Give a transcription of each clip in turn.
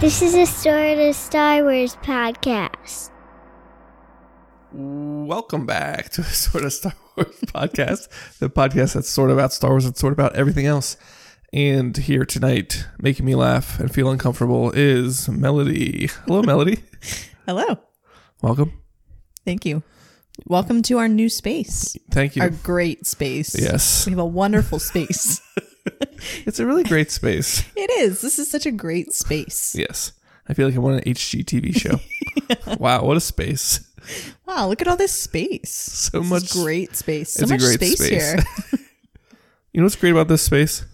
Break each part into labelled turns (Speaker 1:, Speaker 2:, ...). Speaker 1: This is a Star to Star Wars podcast.
Speaker 2: Welcome back to a sort of Star Wars podcast, the podcast that's sort of about Star Wars and sort of about everything else. And here tonight, making me laugh and feel uncomfortable is Melody. Hello, Melody.
Speaker 3: Hello.
Speaker 2: Welcome.
Speaker 3: Thank you. Welcome to our new space,
Speaker 2: Thank you.
Speaker 3: our great space.
Speaker 2: yes,
Speaker 3: We have a wonderful space.
Speaker 2: it's a really great space.
Speaker 3: it is. This is such a great space.
Speaker 2: Yes, I feel like I'm on an HGTV show. Wow, what a space!
Speaker 3: Wow, look at all this space. So
Speaker 2: much-
Speaker 3: great space. So
Speaker 2: it's a
Speaker 3: much
Speaker 2: great
Speaker 3: space,
Speaker 2: space.
Speaker 3: here.
Speaker 2: You know what's great about this space?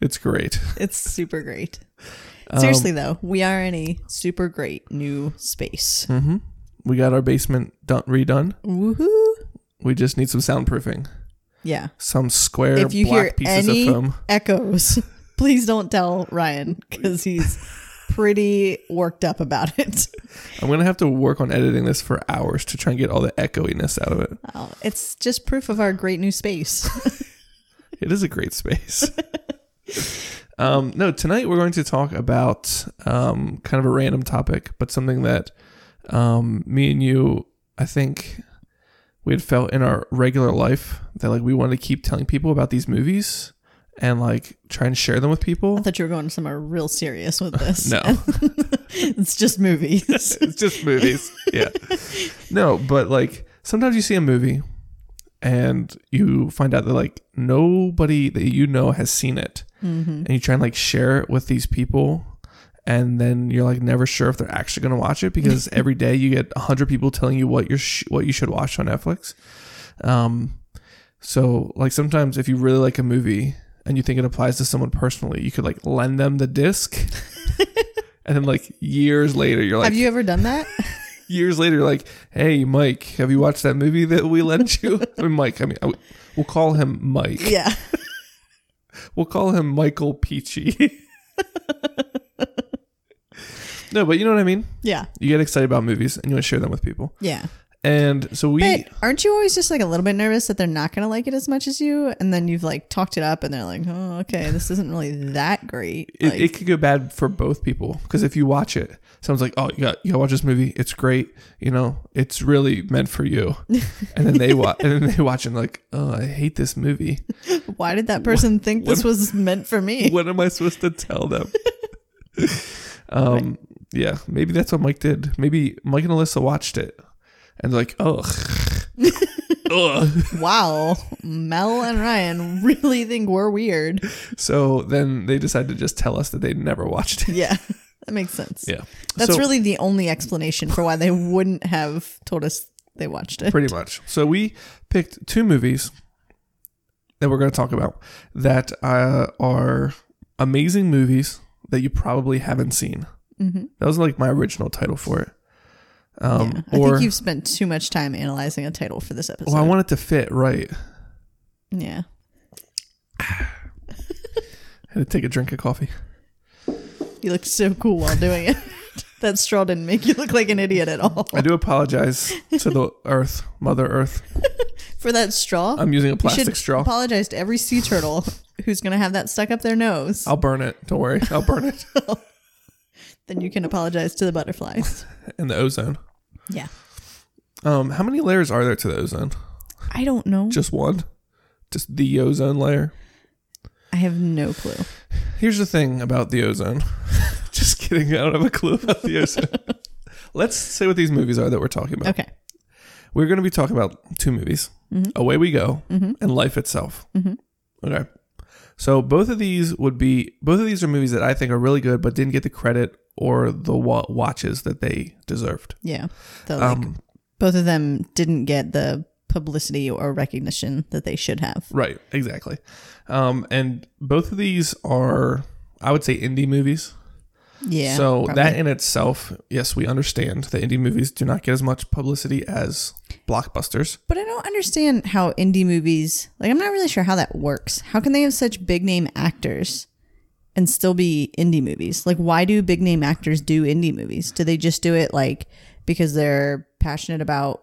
Speaker 2: It's great.
Speaker 3: it's super great.
Speaker 2: Um,
Speaker 3: Seriously, though, we are in a super great new space.
Speaker 2: Hmm. We got our basement done, redone.
Speaker 3: Woohoo.
Speaker 2: We just need some soundproofing.
Speaker 3: Yeah.
Speaker 2: Some square
Speaker 3: if you
Speaker 2: black
Speaker 3: hear
Speaker 2: pieces
Speaker 3: any
Speaker 2: of foam.
Speaker 3: echoes, please don't tell Ryan because he's pretty worked up about it.
Speaker 2: I'm gonna have to work on editing this for hours to try and get all the echoiness out of it.
Speaker 3: Oh, it's just proof of our great new space.
Speaker 2: It is a great space. um, no, tonight we're going to talk about um, kind of a random topic, but something that um, me and you, I think, we had felt in our regular life that like we wanted to keep telling people about these movies and like try and share them with
Speaker 3: I
Speaker 2: people.
Speaker 3: thought you were going somewhere real serious with this.
Speaker 2: No.
Speaker 3: it's just movies.
Speaker 2: it's just movies. Yeah. No, but like sometimes you see a movie and you find out that like nobody that you know has seen it. And you try and like share it with these people. And then you're like never sure if they're actually going to watch it because every day you get 100 people telling you what you're sh- what you should watch on Netflix. Um so like sometimes if you really like a movie and you think it applies to someone personally, you could like lend them the disc. and then like years later you're like
Speaker 3: Have you ever done that?
Speaker 2: years later, like, hey, Mike, have you watched that movie that we lent you? I mean, Mike, I mean, I- we'll call him Mike.
Speaker 3: yeah.
Speaker 2: We'll call him Michael Peachy. no, but you know what I mean?
Speaker 3: Yeah.
Speaker 2: You get excited about movies and you want to share them with people.
Speaker 3: Yeah.
Speaker 2: And so we,
Speaker 3: But aren't you always just like a little bit nervous that they're not going to like it as much as you? And then you've like talked it up and they're like, oh, okay, this isn't really that great.
Speaker 2: it,
Speaker 3: Like,
Speaker 2: it could go bad for both people because if you watch it, someone's like, oh, you got, you got to watch this movie. It's great. You know, it's really meant for you. And then they watch, and then they watch and like, oh, I hate this movie.
Speaker 3: why did that person think this was meant for me?
Speaker 2: what am I supposed to tell them? um, yeah, maybe that's what Mike did. Maybe Mike and Alyssa watched it and like, ugh, ugh.
Speaker 3: wow. Mel and Ryan really think we're weird.
Speaker 2: So then they decided to just tell us that they never watched it.
Speaker 3: Yeah. That makes sense.
Speaker 2: Yeah,
Speaker 3: That's
Speaker 2: So-
Speaker 3: really the only explanation for why they wouldn't have told us they watched it.
Speaker 2: pretty much. So we picked two movies that we're going to talk about that uh, are amazing movies that you probably haven't seen. That was like my original title for it. Um,
Speaker 3: I
Speaker 2: or
Speaker 3: think you've spent too much time analyzing a title for this episode.
Speaker 2: well, I want it to fit right.
Speaker 3: yeah.
Speaker 2: had to take a drink of coffee.
Speaker 3: You looked so cool while doing it. that straw didn't make you look like an idiot at all.
Speaker 2: I do apologize to the earth, Mother Earth.
Speaker 3: For that straw,
Speaker 2: I'm using a
Speaker 3: you
Speaker 2: plastic
Speaker 3: should
Speaker 2: straw.
Speaker 3: apologize to every sea turtle who's going to have that stuck up their nose.
Speaker 2: I'll burn it. Don't worry. I'll burn it.
Speaker 3: Then you can apologize to the butterflies.
Speaker 2: And the ozone.
Speaker 3: yeah.
Speaker 2: Um, how many layers are there to the ozone?
Speaker 3: I don't know.
Speaker 2: Just one? Just the ozone layer?
Speaker 3: I have no clue.
Speaker 2: Here's the thing about the ozone. Just kidding. I don't have a clue about the ozone. Let's say what these movies are that we're talking about.
Speaker 3: Okay.
Speaker 2: We're going to be talking about two movies
Speaker 3: Mm-hmm.
Speaker 2: Away We Go and Life Itself. Okay. So both of these would be, both of these are movies that I think are really good, but didn't get the credit or the wa- watches that they deserved.
Speaker 3: Yeah. So, like,
Speaker 2: Um,
Speaker 3: both of them didn't get the publicity or recognition that they should have.
Speaker 2: Right. Exactly. Um, and both of these are, I would say, indie movies.
Speaker 3: Yeah.
Speaker 2: so
Speaker 3: probably.
Speaker 2: that in itself, yes, we understand that indie movies do not get as much publicity as blockbusters.
Speaker 3: But I don't understand how indie movies, like, I'm not really sure how that works. How can they have such big name actors and still be indie movies? Like, why do big name actors do indie movies? Do they just do it, like, because they're passionate about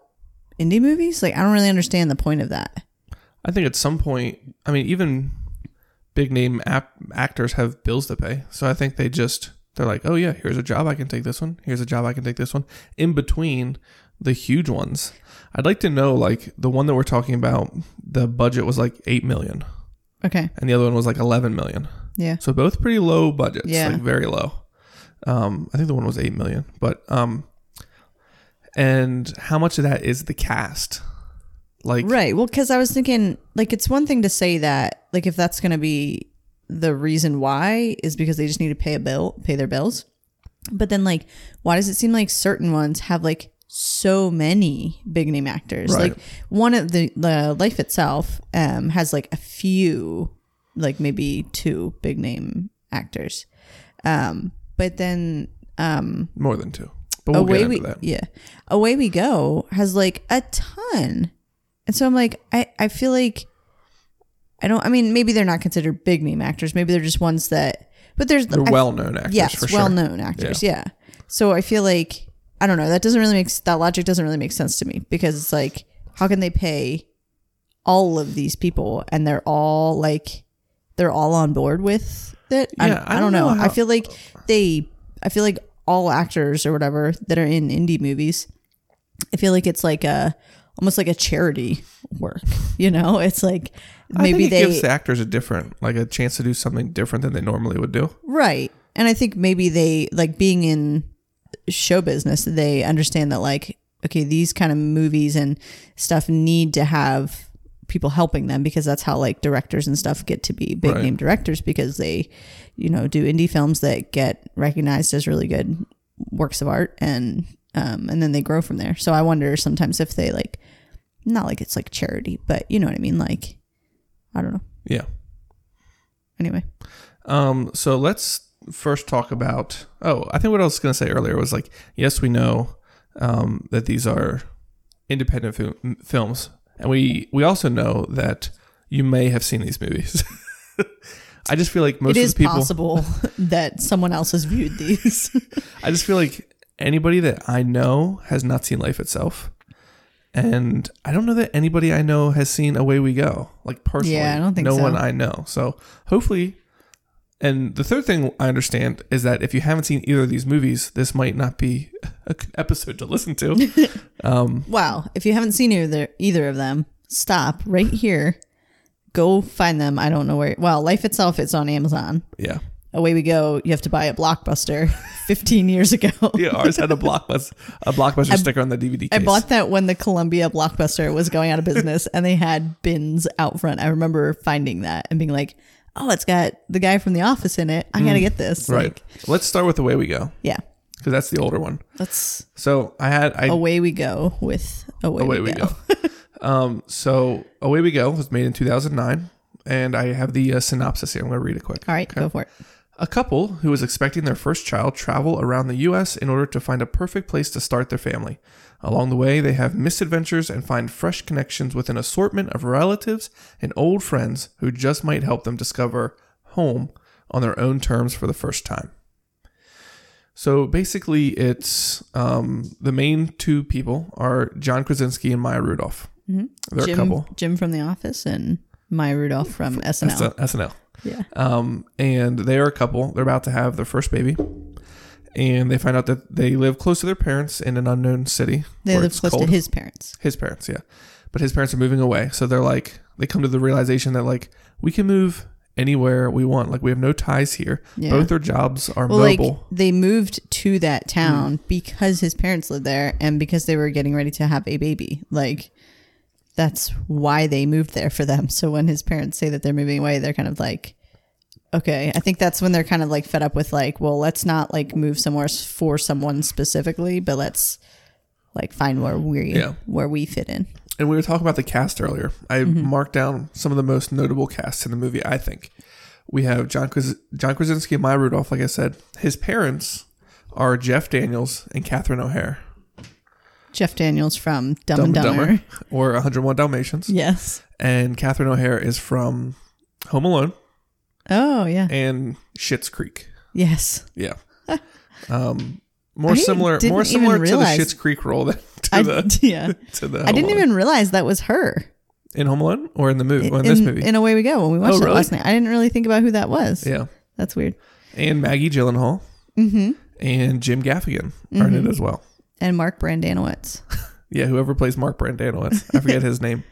Speaker 3: indie movies? Like, I don't really understand the point of that.
Speaker 2: I think at some point, I mean, even big name ap- actors have bills to pay, so I think they just They're like, oh yeah, here's a job I can take this one. Here's a job I can take this one. In between the huge ones, I'd like to know like the one that we're talking about. The budget was like eight million,
Speaker 3: Okay.
Speaker 2: and the other one was like eleven million.
Speaker 3: Yeah.
Speaker 2: So both pretty low budgets,
Speaker 3: Yeah.
Speaker 2: like very low. Um, I think the one was eight million, but um, and how much of that is the cast? Like,
Speaker 3: Right. Well, because I was thinking, like, it's one thing to say that, like, if that's going to be the reason why is because they just need to pay a bill, pay their bills. But then, like, why does it seem like certain ones have like so many big name actors?
Speaker 2: Right.
Speaker 3: Like, one of the the life itself um, has like a few, like maybe two big name actors. Um, but then
Speaker 2: more than two, but we'll
Speaker 3: away
Speaker 2: get into
Speaker 3: we
Speaker 2: that.
Speaker 3: yeah away we go has like a ton and so i'm like i i feel like i don't i mean maybe they're not considered big name actors maybe they're just ones that but there's
Speaker 2: They're
Speaker 3: I-
Speaker 2: well-known actors,
Speaker 3: yes
Speaker 2: for sure.
Speaker 3: well-known actors yeah. so i feel like i don't know that doesn't really make that logic doesn't really make sense to me because it's like how can they pay all of these people and they're all like they're all on board with it I,
Speaker 2: Yeah,
Speaker 3: I, don't know, i feel like they i feel like all actors or whatever that are in indie movies i feel like it's like a almost like a charity work you know it's like maybe
Speaker 2: I think it
Speaker 3: they
Speaker 2: gives the actors a different, like a chance to do something different than they normally would do.
Speaker 3: Right. And I think maybe they like being in show business, they understand that like okay, these kind of movies and stuff need to have people helping them because that's how like directors and stuff get to be big
Speaker 2: Right.
Speaker 3: name directors because they you know do indie films that get recognized as really good works of art and um and then they grow from there. So I wonder sometimes if they like not like it's like charity, but you know what I mean like I don't know.
Speaker 2: Yeah.
Speaker 3: Anyway.
Speaker 2: Um, so let's first talk about. Oh, I think what I was going to say earlier was like, yes, we know um, that these are independent fi- films, and we we also know that you may have seen these movies. I just feel like most
Speaker 3: it
Speaker 2: of
Speaker 3: is
Speaker 2: the people.
Speaker 3: possible that someone else has viewed these.
Speaker 2: I just feel like anybody that I know has not seen Life itself, and I don't know that anybody I know has seen Away We Go. Like personally,
Speaker 3: Yeah, I don't think
Speaker 2: no
Speaker 3: so.
Speaker 2: one I know. So hopefully, and the third thing I understand is that if you haven't seen either of these movies, this might not be a good episode to listen to.
Speaker 3: wow. If you haven't seen either either of them, stop right here. Go find them. I don't know where. Well, Life Itself it's on Amazon.
Speaker 2: yeah,
Speaker 3: Away we go. You have to buy a blockbuster 15 years ago.
Speaker 2: yeah. Ours had a blockbuster a blockbuster sticker on the DVD.
Speaker 3: I
Speaker 2: case.
Speaker 3: bought that when the Columbia Blockbuster was going out of business and they had bins out front. I remember finding that and being like, oh, it's got the guy from The Office in it. I got to get this.
Speaker 2: Mm. right.
Speaker 3: Like,
Speaker 2: Let's start with Away We Go
Speaker 3: yeah.
Speaker 2: because that's the older one.
Speaker 3: Let's
Speaker 2: So I had I
Speaker 3: away we go with away,
Speaker 2: Away
Speaker 3: we,
Speaker 2: we
Speaker 3: go.
Speaker 2: go. um, so Away We Go was made in 2009, and I have the uh, synopsis here. I'm going to read it quick.
Speaker 3: All right, go for it.
Speaker 2: A couple who was expecting their first child travel around the U.S. in order to find a perfect place to start their family. Along the way, they have misadventures and find fresh connections with an assortment of relatives and old friends who just might help them discover home on their own terms for the first time. So basically, it's um, the main two people are John Krasinski and Maya Rudolph. Mm-hmm. They're
Speaker 3: Jim,
Speaker 2: a couple.
Speaker 3: Jim from The Office and Maya Rudolph from SNL.
Speaker 2: That's a- SNL.
Speaker 3: yeah.
Speaker 2: Um, and they are a couple. They're about to have their first baby, and they find out that they live close to their parents in an unknown city.
Speaker 3: They
Speaker 2: where
Speaker 3: live
Speaker 2: it's
Speaker 3: close
Speaker 2: cold.
Speaker 3: to his parents.
Speaker 2: His parents, yeah, but his parents are moving away, so they're like they come to the realization that like we can move anywhere we want. Like we have no ties here.
Speaker 3: Yeah.
Speaker 2: Both their jobs are
Speaker 3: Well,
Speaker 2: mobile.
Speaker 3: like they moved to
Speaker 2: Hmm.
Speaker 3: that town because his parents lived there and because they were getting ready to have a baby. Like that's why they moved there for them. So when his parents say that they're moving away, they're kind of like, okay. I think that's when they're kind of like fed up with like, well, let's not like move somewhere s- for someone specifically, but let's like find where we
Speaker 2: Yeah.
Speaker 3: where we fit in.
Speaker 2: and we were talking about the cast earlier. I
Speaker 3: Mm-hmm.
Speaker 2: marked down some of the most notable casts in the movie. I think we have John Kras- John Krasinski and Maya Rudolph. Like I said, his parents are Jeff Daniels and Catherine O'Hare.
Speaker 3: Jeff Daniels from Dumb,
Speaker 2: Dumb
Speaker 3: and
Speaker 2: and
Speaker 3: Dumber.
Speaker 2: Dumber or 101 Dalmatians.
Speaker 3: Yes.
Speaker 2: And Catherine O'Hare is from Home Alone
Speaker 3: Oh yeah.
Speaker 2: and Schitt's Creek.
Speaker 3: Yes.
Speaker 2: Yeah. Um, more
Speaker 3: I
Speaker 2: similar,
Speaker 3: didn't
Speaker 2: more
Speaker 3: even
Speaker 2: similar to the
Speaker 3: realize-
Speaker 2: Schitt's Creek role than to
Speaker 3: I,
Speaker 2: the Oh,
Speaker 3: yeah.
Speaker 2: to the.
Speaker 3: I didn't
Speaker 2: Home Alone.
Speaker 3: even realize that was her.
Speaker 2: in Home Alone or in the movie or in,
Speaker 3: in,
Speaker 2: this movie.
Speaker 3: in a way we go when we watched
Speaker 2: Oh,
Speaker 3: it
Speaker 2: really?
Speaker 3: last night. I didn't really think about who that was.
Speaker 2: yeah,
Speaker 3: That's weird.
Speaker 2: and Maggie Gyllenhaal
Speaker 3: Mm-hmm.
Speaker 2: and Jim Gaffigan are in it as well.
Speaker 3: and Mark Brandanowitz.
Speaker 2: Yeah, whoever plays Mark Brandanowitz, I forget his name.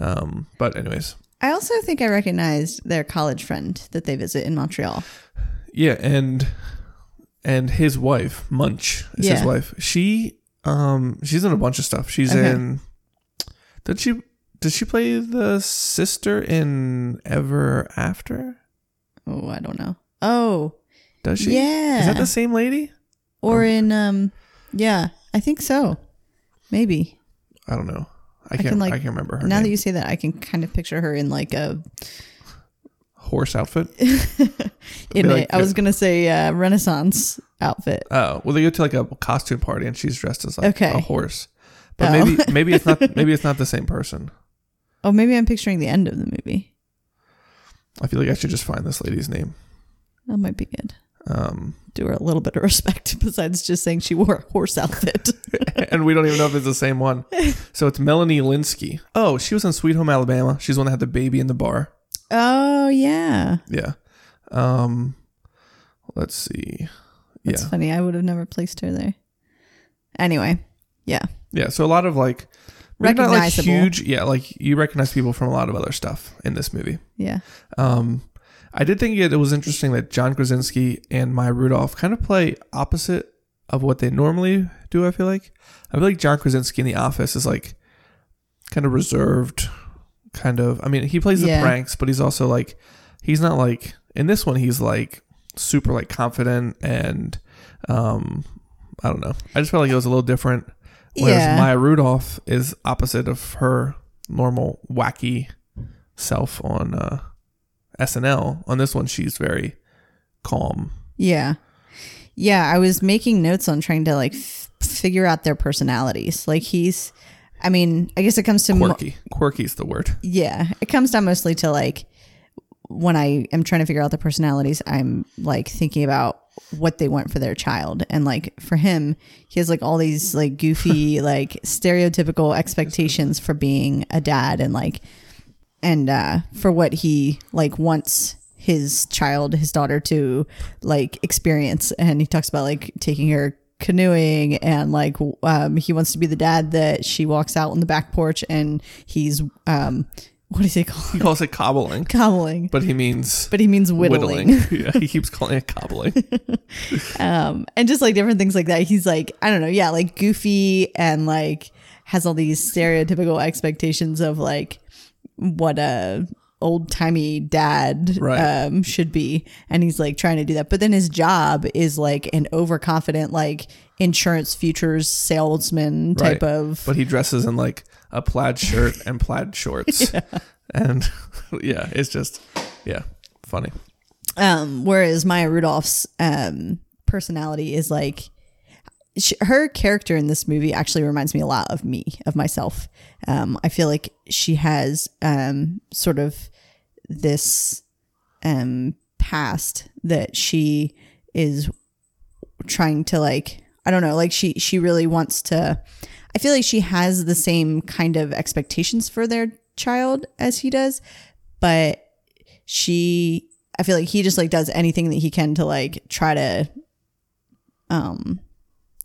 Speaker 2: Um, but anyways,
Speaker 3: I also think I recognized their college friend that they visit in Montreal.
Speaker 2: yeah, and and his wife Munch is his
Speaker 3: Yeah.
Speaker 2: wife. She um she's in a bunch of stuff. She's
Speaker 3: Okay.
Speaker 2: in. Did she did she play the sister in Ever After?
Speaker 3: Oh, I don't know. Oh,
Speaker 2: Does she? Is
Speaker 3: Yeah.
Speaker 2: that Oh. the same lady?
Speaker 3: or in um, yeah, I think so. Maybe
Speaker 2: I don't know. I
Speaker 3: can,
Speaker 2: can't. I,
Speaker 3: like,
Speaker 2: can't remember her
Speaker 3: now
Speaker 2: name.
Speaker 3: that you say that, I can kind of picture her in like a.
Speaker 2: Horse outfit.
Speaker 3: In
Speaker 2: like
Speaker 3: a I was gonna say uh, Renaissance outfit.
Speaker 2: Oh, well, they go to like a costume party and she's dressed as like
Speaker 3: Okay.
Speaker 2: a horse. But
Speaker 3: Oh.
Speaker 2: maybe maybe it's not maybe it's not the same person.
Speaker 3: Oh, maybe I'm picturing the end of the movie.
Speaker 2: I feel like I should just find this lady's name.
Speaker 3: That might be good.
Speaker 2: Um,
Speaker 3: Do her a little bit of respect besides just saying she wore a horse outfit.
Speaker 2: and we don't even know if it's the same one. So it's Melanie Linsky. Oh, she was in Sweet Home Alabama. She's the one that had the baby in the bar.
Speaker 3: oh yeah,
Speaker 2: Yeah. Um, let's see.
Speaker 3: that's
Speaker 2: yeah.
Speaker 3: funny. I would have never placed her there. Anyway, yeah.
Speaker 2: Yeah. So a lot of like maybe not, like,
Speaker 3: Recognizable.
Speaker 2: huge. Yeah. Like you recognize people from a lot of other stuff in this movie.
Speaker 3: Yeah.
Speaker 2: Um, I did think it, it was interesting that John Krasinski and Maya Rudolph kind of play opposite of what they normally do. I feel like I feel like John Krasinski in The Office is like kind of reserved, kind of. I mean, he plays
Speaker 3: Yeah.
Speaker 2: the pranks, but he's also like he's not like in this one. He's like super like confident and um, I don't know. I just felt like it was a little different. Whereas
Speaker 3: Yeah.
Speaker 2: Maya Rudolph is opposite of her normal wacky self on uh, SNL. On this one, she's very calm.
Speaker 3: Yeah. Yeah, I was making notes on trying to like f- figure out their personalities. Like he's I mean, I guess it comes to mo-
Speaker 2: Quirky. Quirky's the word.
Speaker 3: yeah, it comes down mostly to like when I am trying to figure out the personalities, I'm like thinking about what they want for their child. And like for him, he has like all these like goofy, like stereotypical expectations for being a dad and like, and uh, for what he like wants his child, his daughter to like experience. And he talks about like taking her canoeing and like w- um, he wants to be the dad that she walks out on the back porch and he's, um, what does he call
Speaker 2: He
Speaker 3: it?
Speaker 2: calls it cobbling,
Speaker 3: Cobbling
Speaker 2: but he means
Speaker 3: but he means whittling,
Speaker 2: yeah, he keeps calling it cobbling.
Speaker 3: Um, and just like different things like that. He's like, I don't know, yeah, like goofy and like has all these stereotypical expectations of like what a old timey dad
Speaker 2: Right.
Speaker 3: um, should be, and he's like trying to do that. But then his job is like an overconfident like insurance futures salesman type
Speaker 2: Right.
Speaker 3: of
Speaker 2: but he dresses in like a plaid shirt and plaid shorts. And yeah, it's just, yeah, funny.
Speaker 3: Um, whereas Maya Rudolph's um, personality is like sh her character in this movie actually reminds me a lot of me, of myself. Um, I feel like she has um, sort of this um, past that she is trying to like I don't know, like she she really wants to I feel like she has the same kind of expectations for their child as he does, but she I feel like he just like does anything that he can to like try to um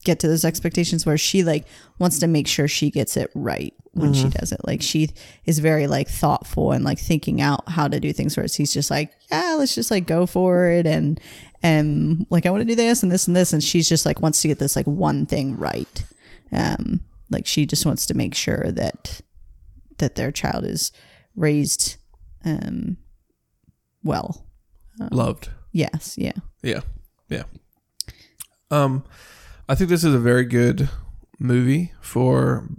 Speaker 3: get to those expectations where she like wants to make sure she gets it right when she does it. Like she is very like thoughtful and like thinking out how to do things whereas he's just like, yeah, let's just like go for it and and like I want to do this and this and this and she's just like wants to get this like one thing right. Um like she just wants to make sure that that their child is raised um well. Oh.
Speaker 2: Loved.
Speaker 3: Yes, yeah.
Speaker 2: Yeah. Yeah. Um I think this is a very good movie for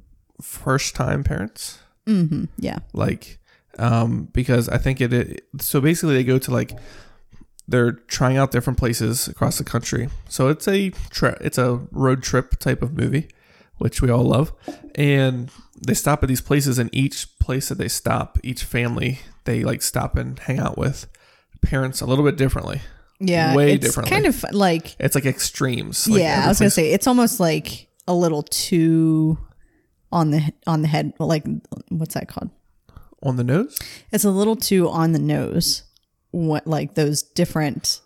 Speaker 2: first time parents.
Speaker 3: Mm-hmm. Yeah.
Speaker 2: Like um because I think it, it so basically they go to like they're trying out different places across the country. So it's a tra- it's a road trip type of movie, which we all love. And they stop at these places and each place that they stop, each family they like stop and hang out with parents a little bit differently.
Speaker 3: Yeah.
Speaker 2: Way
Speaker 3: it's
Speaker 2: differently.
Speaker 3: Kind of like
Speaker 2: It's like extremes. Like
Speaker 3: yeah,
Speaker 2: every
Speaker 3: I was gonna
Speaker 2: place-
Speaker 3: say it's almost like a little too on the on the head. Like what's that called?
Speaker 2: on the nose.
Speaker 3: It's a little too on the nose. What like those different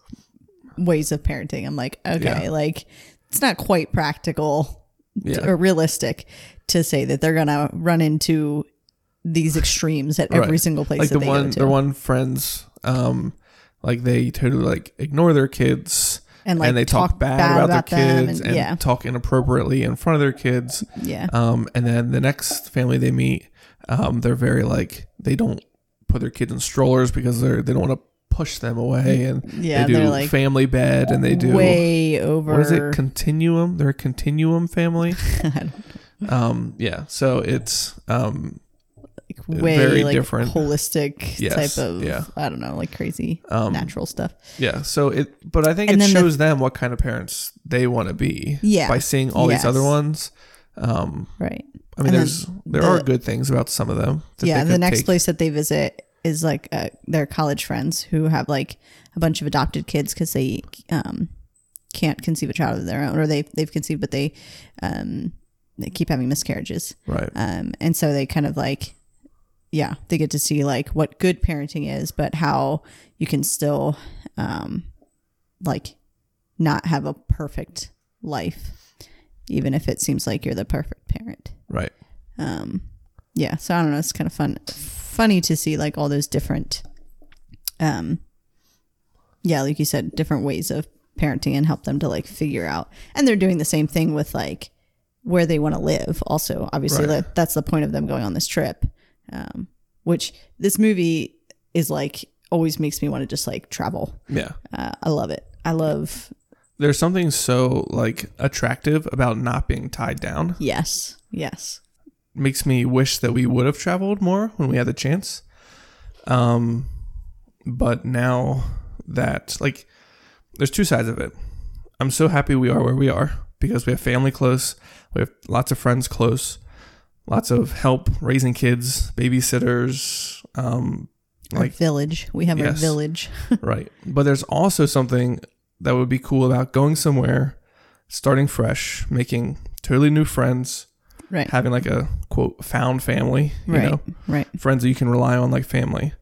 Speaker 3: ways of parenting. I'm like, okay,
Speaker 2: Yeah.
Speaker 3: like it's not quite practical t-
Speaker 2: Yeah.
Speaker 3: or realistic to say that they're gonna run into these extremes at every
Speaker 2: Right.
Speaker 3: single place
Speaker 2: like
Speaker 3: that
Speaker 2: the
Speaker 3: they
Speaker 2: one
Speaker 3: go to.
Speaker 2: the one friends um like they totally like ignore their kids
Speaker 3: And,
Speaker 2: and,
Speaker 3: like,
Speaker 2: they talk, bad, about, their
Speaker 3: them
Speaker 2: kids
Speaker 3: and-
Speaker 2: and,
Speaker 3: yeah.
Speaker 2: talk inappropriately in front of their kids
Speaker 3: yeah.
Speaker 2: um and then the next family they meet um they're very like they don't put their kids in strollers because they're they don't want to push them away and
Speaker 3: Mm, Yeah,
Speaker 2: they do
Speaker 3: they're, like,
Speaker 2: family bed and they do
Speaker 3: way over.
Speaker 2: what is it continuum they're a continuum family um yeah so it's um
Speaker 3: like, way
Speaker 2: very
Speaker 3: like
Speaker 2: different.
Speaker 3: holistic
Speaker 2: Yes,
Speaker 3: type of
Speaker 2: yeah. Um,
Speaker 3: I don't know, like crazy natural stuff.
Speaker 2: Yeah, so it, but I think
Speaker 3: And
Speaker 2: it
Speaker 3: then the-
Speaker 2: shows them what kind of parents they want to be.
Speaker 3: Yeah.
Speaker 2: by seeing all
Speaker 3: Yes.
Speaker 2: these other ones. Um,
Speaker 3: Right.
Speaker 2: I mean,
Speaker 3: And then
Speaker 2: there's there
Speaker 3: the-
Speaker 2: are good things about some of them. that
Speaker 3: yeah,
Speaker 2: they
Speaker 3: the
Speaker 2: could
Speaker 3: next
Speaker 2: take.
Speaker 3: place that they visit is like uh, their college friends who have like a bunch of adopted kids because they um, can't conceive a child of their own, or they they've conceived but they um, they keep having miscarriages,
Speaker 2: right?
Speaker 3: um, and so they kind of like yeah they get to see like what good parenting is, but how you can still um, like not have a perfect life, even if it seems like you're the perfect parent
Speaker 2: Right.
Speaker 3: um yeah so i don't know it's kind of fun funny to see like all those different um yeah like you said different ways of parenting and help them to like figure out and they're doing the same thing with like where they want to live also obviously
Speaker 2: Right.
Speaker 3: that, that's the point of them going on this trip um which this movie is like always makes me want to just like travel
Speaker 2: Yeah.
Speaker 3: uh, i love it i love
Speaker 2: There's something so like attractive about not being tied down.
Speaker 3: yes yes
Speaker 2: Makes me wish that we would have traveled more when we had the chance. Um, but now that like, there's two sides of it. I'm so happy we are where we are because we have family close, we have lots of friends close, lots of help raising kids, babysitters, um,
Speaker 3: our
Speaker 2: like
Speaker 3: village we have our
Speaker 2: Yes.
Speaker 3: village
Speaker 2: right. But there's also something that would be cool about going somewhere, starting fresh, making totally new friends,
Speaker 3: right
Speaker 2: having like a quote found family, you
Speaker 3: right
Speaker 2: know,
Speaker 3: right
Speaker 2: friends that you can rely on like family,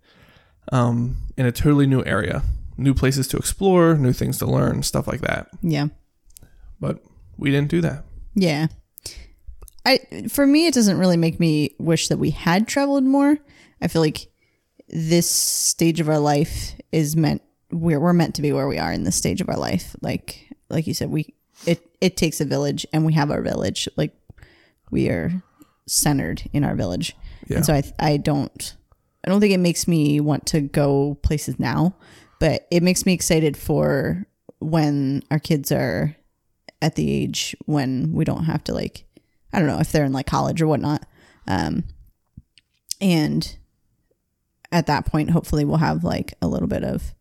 Speaker 2: um, in a totally new area, new places to explore, new things to learn, stuff like that.
Speaker 3: yeah
Speaker 2: But we didn't do that.
Speaker 3: Yeah. I for me it doesn't really make me wish that we had traveled more. I feel like this stage of our life is meant we're we're meant to be where we are in this stage of our life. Like like you said, we it it takes a village and we have our village. Like we are centered in our village.
Speaker 2: Yeah.
Speaker 3: And so I I don't I don't think it makes me want to go places now, but it makes me excited for when our kids are at the age when we don't have to like I don't know if they're in like college or whatnot. Um, and at that point, hopefully, we'll have like a little bit of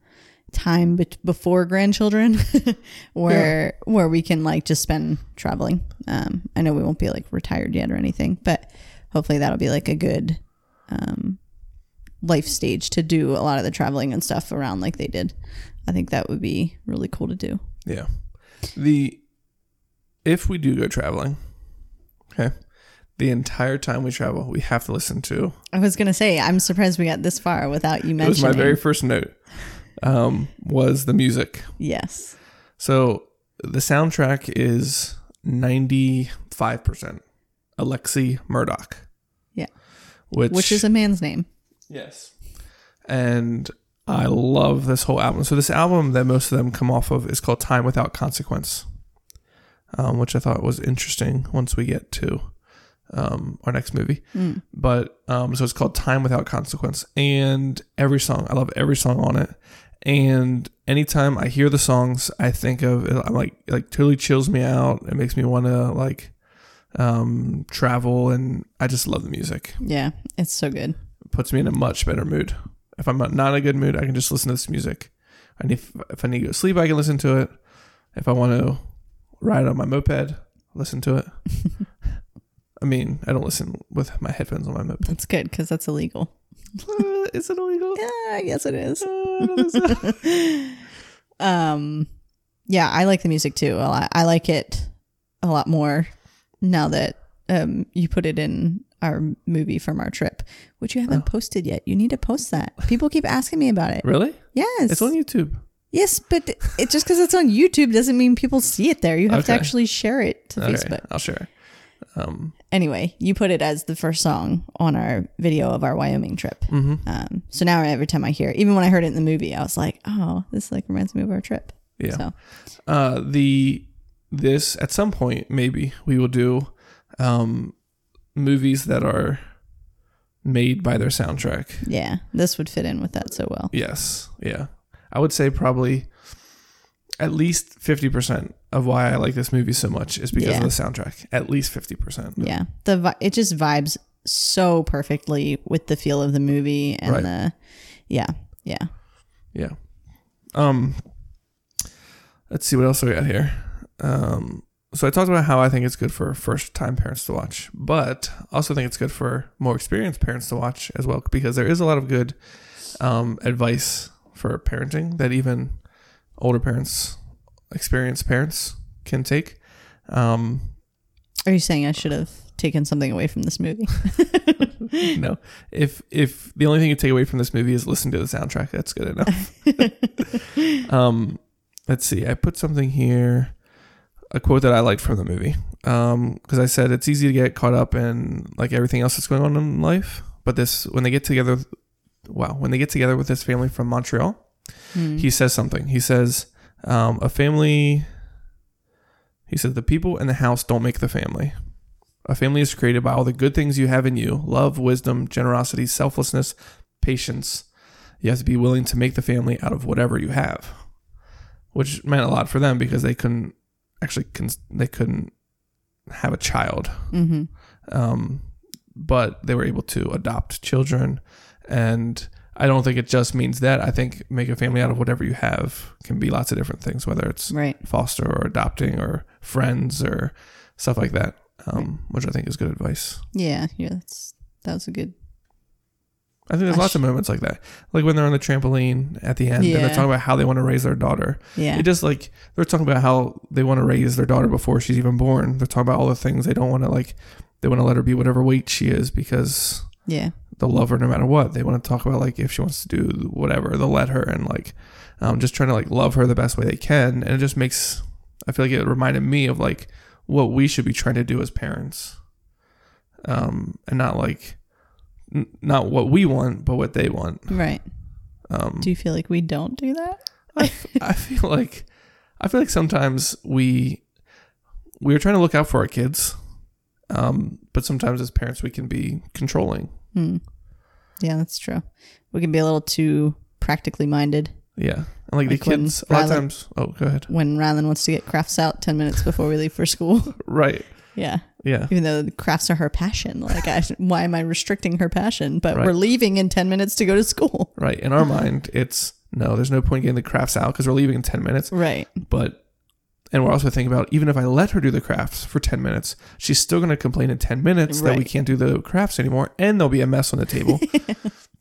Speaker 3: time bet before grandchildren, where where we can like just spend traveling. Um, I know we won't be like retired yet or anything, but hopefully that'll be like a good um, life stage to do a lot of the traveling and stuff around like they did. I think that would be really cool to do.
Speaker 2: Yeah. The if we do go traveling, okay, the entire time we travel, we have to listen to.
Speaker 3: I was gonna say I'm surprised we got this far without you
Speaker 2: It was
Speaker 3: mentioning.
Speaker 2: my very first note. Um, was the music.
Speaker 3: yes,
Speaker 2: So the soundtrack is ninety five percent Alexi Murdoch.
Speaker 3: Yeah.
Speaker 2: Which
Speaker 3: which is a man's name.
Speaker 2: Yes. And I love this whole album. So this album that most of them come off of is called Time Without Consequence, um, which I thought was interesting once we get to um, our next movie. But um, so it's called Time Without Consequence. And every song, I love every song on it. And anytime I hear the songs, I think of it, I'm like, it, like totally chills me out. It makes me want to like um, travel. And I just love the music
Speaker 3: Yeah, it's so good.
Speaker 2: puts me in a much better mood. If I'm not in a good mood, I can just listen to this music. And if if I need to go to sleep, I can listen to it. If I want to ride on my moped, listen to it. I mean, I don't listen with my headphones on my moped.
Speaker 3: That's good because that's illegal.
Speaker 2: Uh, is it illegal?
Speaker 3: Yeah, I guess it is.
Speaker 2: Uh, I don't think so.
Speaker 3: um, yeah, I like the music too. A lot. I like it a lot more now that um, you put it in our movie from our trip,
Speaker 2: Oh.
Speaker 3: which you haven't posted yet. You need to post that. People keep asking me about it.
Speaker 2: really?
Speaker 3: Yes,
Speaker 2: It's on YouTube.
Speaker 3: Yes, but it, just because it's on YouTube doesn't mean people see it there. You have to
Speaker 2: Okay.
Speaker 3: actually share it to
Speaker 2: Okay,
Speaker 3: Facebook.
Speaker 2: I'll share. Um,
Speaker 3: Anyway, you put it as the first song on our video of our Wyoming trip.
Speaker 2: mm-hmm.
Speaker 3: Um, so now every time I hear it, even when I heard it in the movie, I was like, oh, this like reminds me of our trip.
Speaker 2: Yeah.
Speaker 3: So
Speaker 2: Uh, the this at some point maybe we will do um, movies that are made by their soundtrack.
Speaker 3: yeah, this would fit in with that so well.
Speaker 2: Yes. Yeah. I would say probably at least 50% of why I like this movie so much is because
Speaker 3: Yeah.
Speaker 2: of the soundtrack. At least 50%.
Speaker 3: Yeah. The vi- it just vibes so perfectly with the feel of the movie and
Speaker 2: Right.
Speaker 3: the yeah. Yeah.
Speaker 2: Yeah. Um let's see what else we got here. Um so I talked about how I think it's good for first time parents to watch, but I also think it's good for more experienced parents to watch as well because there is a lot of good um advice for parenting that even older parents, experienced parents can take. Um
Speaker 3: Are you saying I should have taken something away from this movie?
Speaker 2: no. If if the only thing you take away from this movie is listen to the soundtrack, that's good enough. um, let's see. I put something here, a quote that I liked from the movie. Um, because I said it's easy to get caught up in like everything else that's going on in life, but this when they get together, wow, when they get together with this family from Montreal,
Speaker 3: Hmm. Mm-hmm.
Speaker 2: he says something. He says, um, a family. He said, the people and the house don't make the family. A family is created by all the good things you have in you love, wisdom, generosity, selflessness, patience. You have to be willing to make the family out of whatever you have, which meant a lot for them because they couldn't actually, cons- they couldn't have a child
Speaker 3: Mm-hmm.
Speaker 2: um, but they were able to adopt children. And I don't think it just means that. I think make a family out of whatever you have can be lots of different things, whether it's
Speaker 3: Right.
Speaker 2: foster or adopting or friends or stuff like that, um, which I think is good advice.
Speaker 3: Yeah. Yeah. That's that was a good.
Speaker 2: I think there's
Speaker 3: I
Speaker 2: lots of moments like that, like when they're on the trampoline at the end and they're
Speaker 3: Yeah.
Speaker 2: talking about how they want to raise their daughter.
Speaker 3: Yeah.
Speaker 2: It just like they're talking about how they want to raise their daughter before she's even born. They're talking about all the things they don't want to like. They want to let her be whatever weight she is because
Speaker 3: Yeah.
Speaker 2: they'll love her no matter what. They want to talk about like if she wants to do whatever, they'll let her and like um, just trying to like love her the best way they can. And it just makes I feel like it reminded me of like what we should be trying to do as parents, um, and not like n- not what we want, but what they want.
Speaker 3: Right.
Speaker 2: Um,
Speaker 3: Do you feel like we don't do that?
Speaker 2: I, f- I feel like I feel like sometimes we we are trying to look out for our kids, um, but sometimes as parents we can be controlling.
Speaker 3: Hmm. Yeah, that's true. We can be a little too practically minded
Speaker 2: Yeah. And like,
Speaker 3: Like
Speaker 2: the
Speaker 3: when
Speaker 2: kids, a lot of
Speaker 3: Rylan-
Speaker 2: times. Oh, go ahead.
Speaker 3: when Rylan wants to get crafts out 10 minutes before we leave for school.
Speaker 2: Right.
Speaker 3: yeah.
Speaker 2: Yeah.
Speaker 3: Even though the crafts are her passion. Like, I, why am I restricting her passion? But
Speaker 2: Right.
Speaker 3: we're leaving in 10 minutes to go to school.
Speaker 2: Right. In our mind, it's no, there's no point getting the crafts out because we're leaving in 10 minutes.
Speaker 3: Right.
Speaker 2: But, and we're also thinking about even if I let her do the crafts for 10 minutes, she's still going to complain in 10 minutes that we
Speaker 3: Right.
Speaker 2: can't do the crafts anymore and there'll be a mess on the table.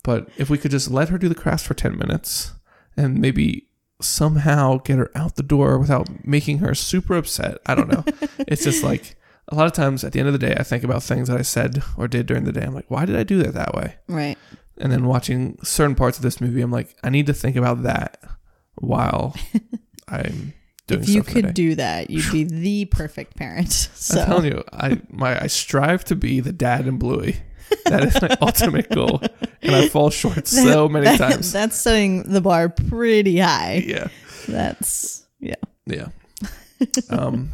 Speaker 2: but if we could just let her do the crafts for 10 minutes and maybe somehow get her out the door without making her super upset, I don't know. it's just like, a lot of times at the end of the day, I think about things that I said or did during the day. I'm like, why did I do that that way?
Speaker 3: Right.
Speaker 2: and then watching certain parts of this movie, I'm like, I need to think about that while I'm doing.
Speaker 3: If you
Speaker 2: stuff
Speaker 3: could
Speaker 2: today.
Speaker 3: do that, you'd be the perfect parent. So,
Speaker 2: I'm telling you, I my I strive to be the dad in Bluey. That is my ultimate goal, and I fall short so many
Speaker 3: that-
Speaker 2: times.
Speaker 3: that's setting the bar pretty high.
Speaker 2: yeah,
Speaker 3: That's, yeah.
Speaker 2: yeah. Um,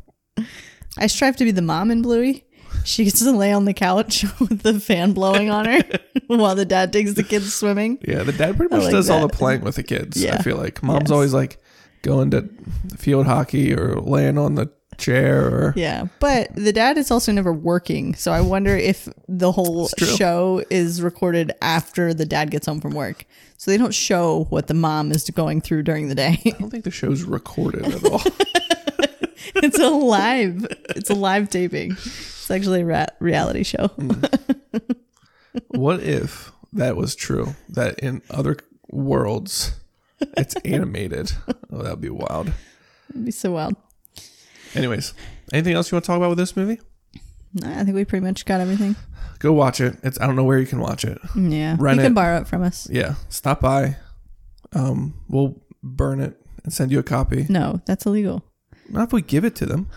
Speaker 3: I strive to be the mom in Bluey. She gets to lay on the couch with the fan blowing on her while the dad takes the kids swimming.
Speaker 2: yeah. The dad pretty
Speaker 3: I
Speaker 2: much
Speaker 3: like
Speaker 2: does all
Speaker 3: that.
Speaker 2: the playing with the kids. I
Speaker 3: Yeah.
Speaker 2: feel like mom's
Speaker 3: Yes.
Speaker 2: always like going to field hockey or laying on the chair or
Speaker 3: Yeah, but the dad is also never working, so I wonder if the whole
Speaker 2: It's true.
Speaker 3: show is recorded after the dad gets home from work, so they don't show what the mom is going through during the day.
Speaker 2: I don't think the show's recorded at all.
Speaker 3: it's a live, it's a live taping. It's actually a ra- reality show.
Speaker 2: Mm. What if that was true? That in other worlds, it's animated. Oh, that'd be wild.
Speaker 3: It'd be so wild.
Speaker 2: Anyways, anything else you want to talk about with this movie?
Speaker 3: No, I think we pretty much got everything.
Speaker 2: Go watch it. It's I don't know where you can watch it.
Speaker 3: Yeah,
Speaker 2: Rent
Speaker 3: you can
Speaker 2: it.
Speaker 3: borrow it from us.
Speaker 2: Yeah, stop by. Um, we'll burn it and send you a copy.
Speaker 3: No, that's illegal.
Speaker 2: Not if we give it to them,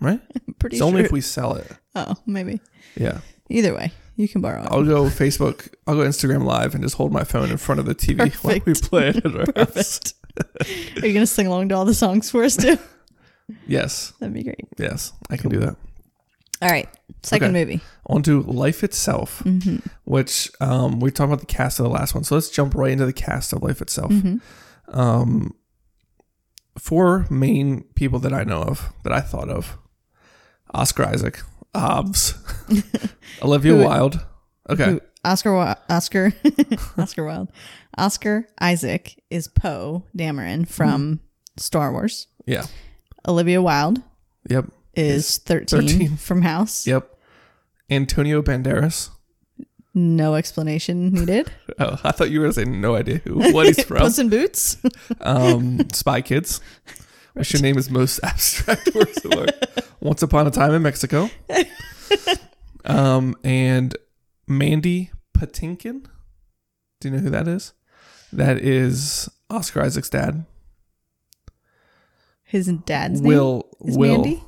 Speaker 2: right?
Speaker 3: I'm pretty
Speaker 2: It's
Speaker 3: sure.
Speaker 2: only if we sell it.
Speaker 3: oh, maybe.
Speaker 2: Yeah.
Speaker 3: Either way, you can borrow it.
Speaker 2: I'll go Facebook. I'll go Instagram Live and just hold my phone in front of the TV while we
Speaker 3: Perfect.
Speaker 2: play it. At our house.
Speaker 3: Perfect. Are you gonna sing along to all the songs for us too?
Speaker 2: Yes.
Speaker 3: That'd be great.
Speaker 2: Yes. I can do that.
Speaker 3: All right. Second
Speaker 2: Okay.
Speaker 3: movie.
Speaker 2: On to Life itself,
Speaker 3: Mm-hmm.
Speaker 2: which um, we talked about the cast of the last one. So let's jump right into the cast of Life itself.
Speaker 3: Mm-hmm.
Speaker 2: Um, four main people that I know of that I thought of: Oscar Isaac, Hobbs, Olivia
Speaker 3: Who-
Speaker 2: Wilde. Okay,
Speaker 3: Who- Oscar Wi- Oscar Oscar Wilde. Oscar Isaac is Poe Dameron from Star Wars.
Speaker 2: yeah,
Speaker 3: Olivia Wilde
Speaker 2: yep,
Speaker 3: is 13,
Speaker 2: 13.
Speaker 3: from House.
Speaker 2: yep. Antonio Banderas.
Speaker 3: No explanation needed.
Speaker 2: Oh, I thought you were saying no idea who what he's from.
Speaker 3: Puss in Boots.
Speaker 2: um, Spy Kids, which your name is most abstract words of art. Once Upon a Time in Mexico, um, and Mandy Patinkin. Do you know who that is? That is Oscar Isaac's dad.
Speaker 3: His dad's name
Speaker 2: Will
Speaker 3: is
Speaker 2: Will.
Speaker 3: Mandy.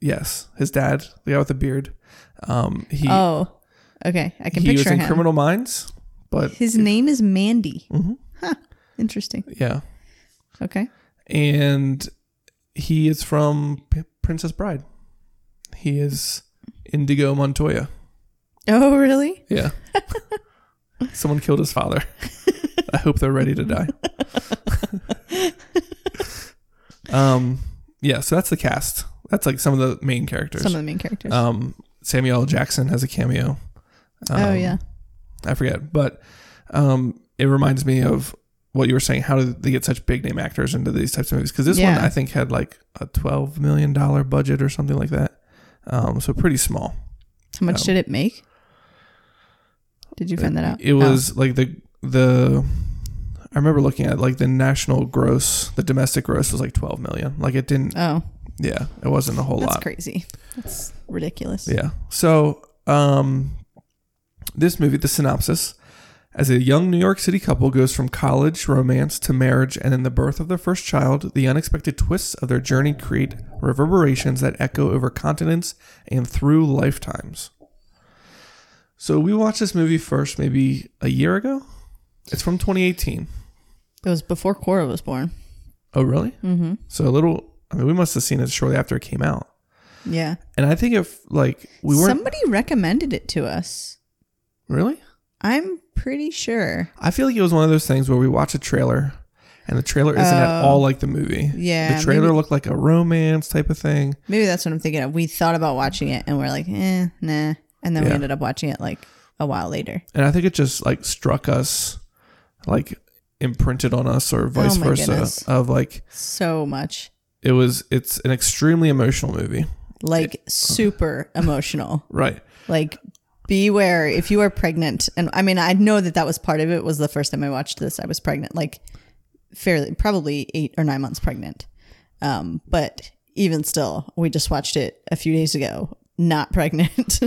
Speaker 2: Yes, his dad, the guy with the beard. Um, he
Speaker 3: Oh, okay. I can
Speaker 2: he was
Speaker 3: picture
Speaker 2: in
Speaker 3: him.
Speaker 2: Criminal Minds, but
Speaker 3: His name is Mandy.
Speaker 2: Mhm.
Speaker 3: Huh. Interesting.
Speaker 2: yeah,
Speaker 3: Okay.
Speaker 2: and he is from P- Princess Bride. He is Indigo Montoya.
Speaker 3: Oh, really?
Speaker 2: Yeah. Someone killed his father. I hope they're ready to die. um, yeah, so that's the cast. That's like some of the main characters.
Speaker 3: Some of the main characters.
Speaker 2: um, Samuel L. Jackson has a cameo. Um,
Speaker 3: oh, yeah.
Speaker 2: I forget, but um, it reminds me of what you were saying. How did they get such big name actors into these types of movies? Because this
Speaker 3: Yeah.
Speaker 2: one, I think, had like a twelve million dollar budget or something like that. Um, so pretty small.
Speaker 3: How much
Speaker 2: um,
Speaker 3: did it make? Did you find that out?
Speaker 2: It
Speaker 3: Oh.
Speaker 2: was like the the I remember looking at it, like the national gross, the domestic gross was like 12 million. Like it didn't
Speaker 3: Oh,
Speaker 2: yeah, it wasn't a whole
Speaker 3: that's
Speaker 2: lot.
Speaker 3: crazy. That's ridiculous.
Speaker 2: Yeah. So, um this movie, the synopsis as a young New York City couple goes from college romance to marriage and in the birth of their first child, the unexpected twists of their journey create reverberations that echo over continents and through lifetimes. So we watched this movie first maybe a year ago. It's from 2018.
Speaker 3: It was before Cora was born.
Speaker 2: Oh, really? Mm-hmm. So a little. I mean, we must have seen it shortly after it came out.
Speaker 3: Yeah.
Speaker 2: And I think if like we weren't
Speaker 3: Somebody recommended it to us.
Speaker 2: really,
Speaker 3: I'm pretty sure.
Speaker 2: I feel like it was one of those things where we watch a trailer, and the trailer isn't at all like the movie.
Speaker 3: Oh. Yeah,
Speaker 2: the trailer
Speaker 3: maybe-
Speaker 2: looked like a romance type of thing.
Speaker 3: Maybe that's what I'm thinking of. We thought about watching it and we're like, eh, nah. And then we
Speaker 2: Yeah.
Speaker 3: ended up watching it like a while later.
Speaker 2: And I think it just like struck us, like imprinted on us, or vice
Speaker 3: Oh my
Speaker 2: versa.
Speaker 3: goodness.
Speaker 2: Of like
Speaker 3: So much.
Speaker 2: it was. It's an extremely emotional movie,
Speaker 3: Like super emotional.
Speaker 2: right?
Speaker 3: like beware if you are pregnant and i mean i know that that was part of it was the first time i watched this i was pregnant like fairly probably eight or nine months pregnant um but even still we just watched it a few days ago not pregnant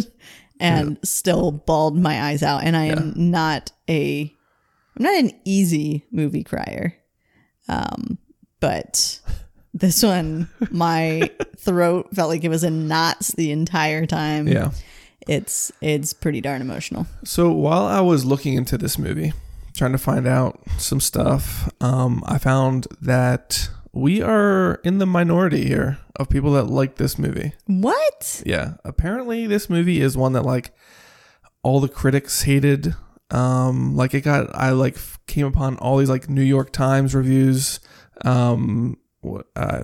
Speaker 3: and still bawled my eyes out and i am not a i'm not an easy movie crier um but this one my throat felt like it was in knots the entire time
Speaker 2: Yeah.
Speaker 3: it's it's pretty darn emotional.
Speaker 2: So while I was looking into this movie, trying to find out some stuff, um, I found that we are in the minority here of people that like this movie.
Speaker 3: What?
Speaker 2: Yeah, apparently this movie is one that like all the critics hated. Um, like it got, I like f- came upon all these like New York Times reviews. Um, what uh,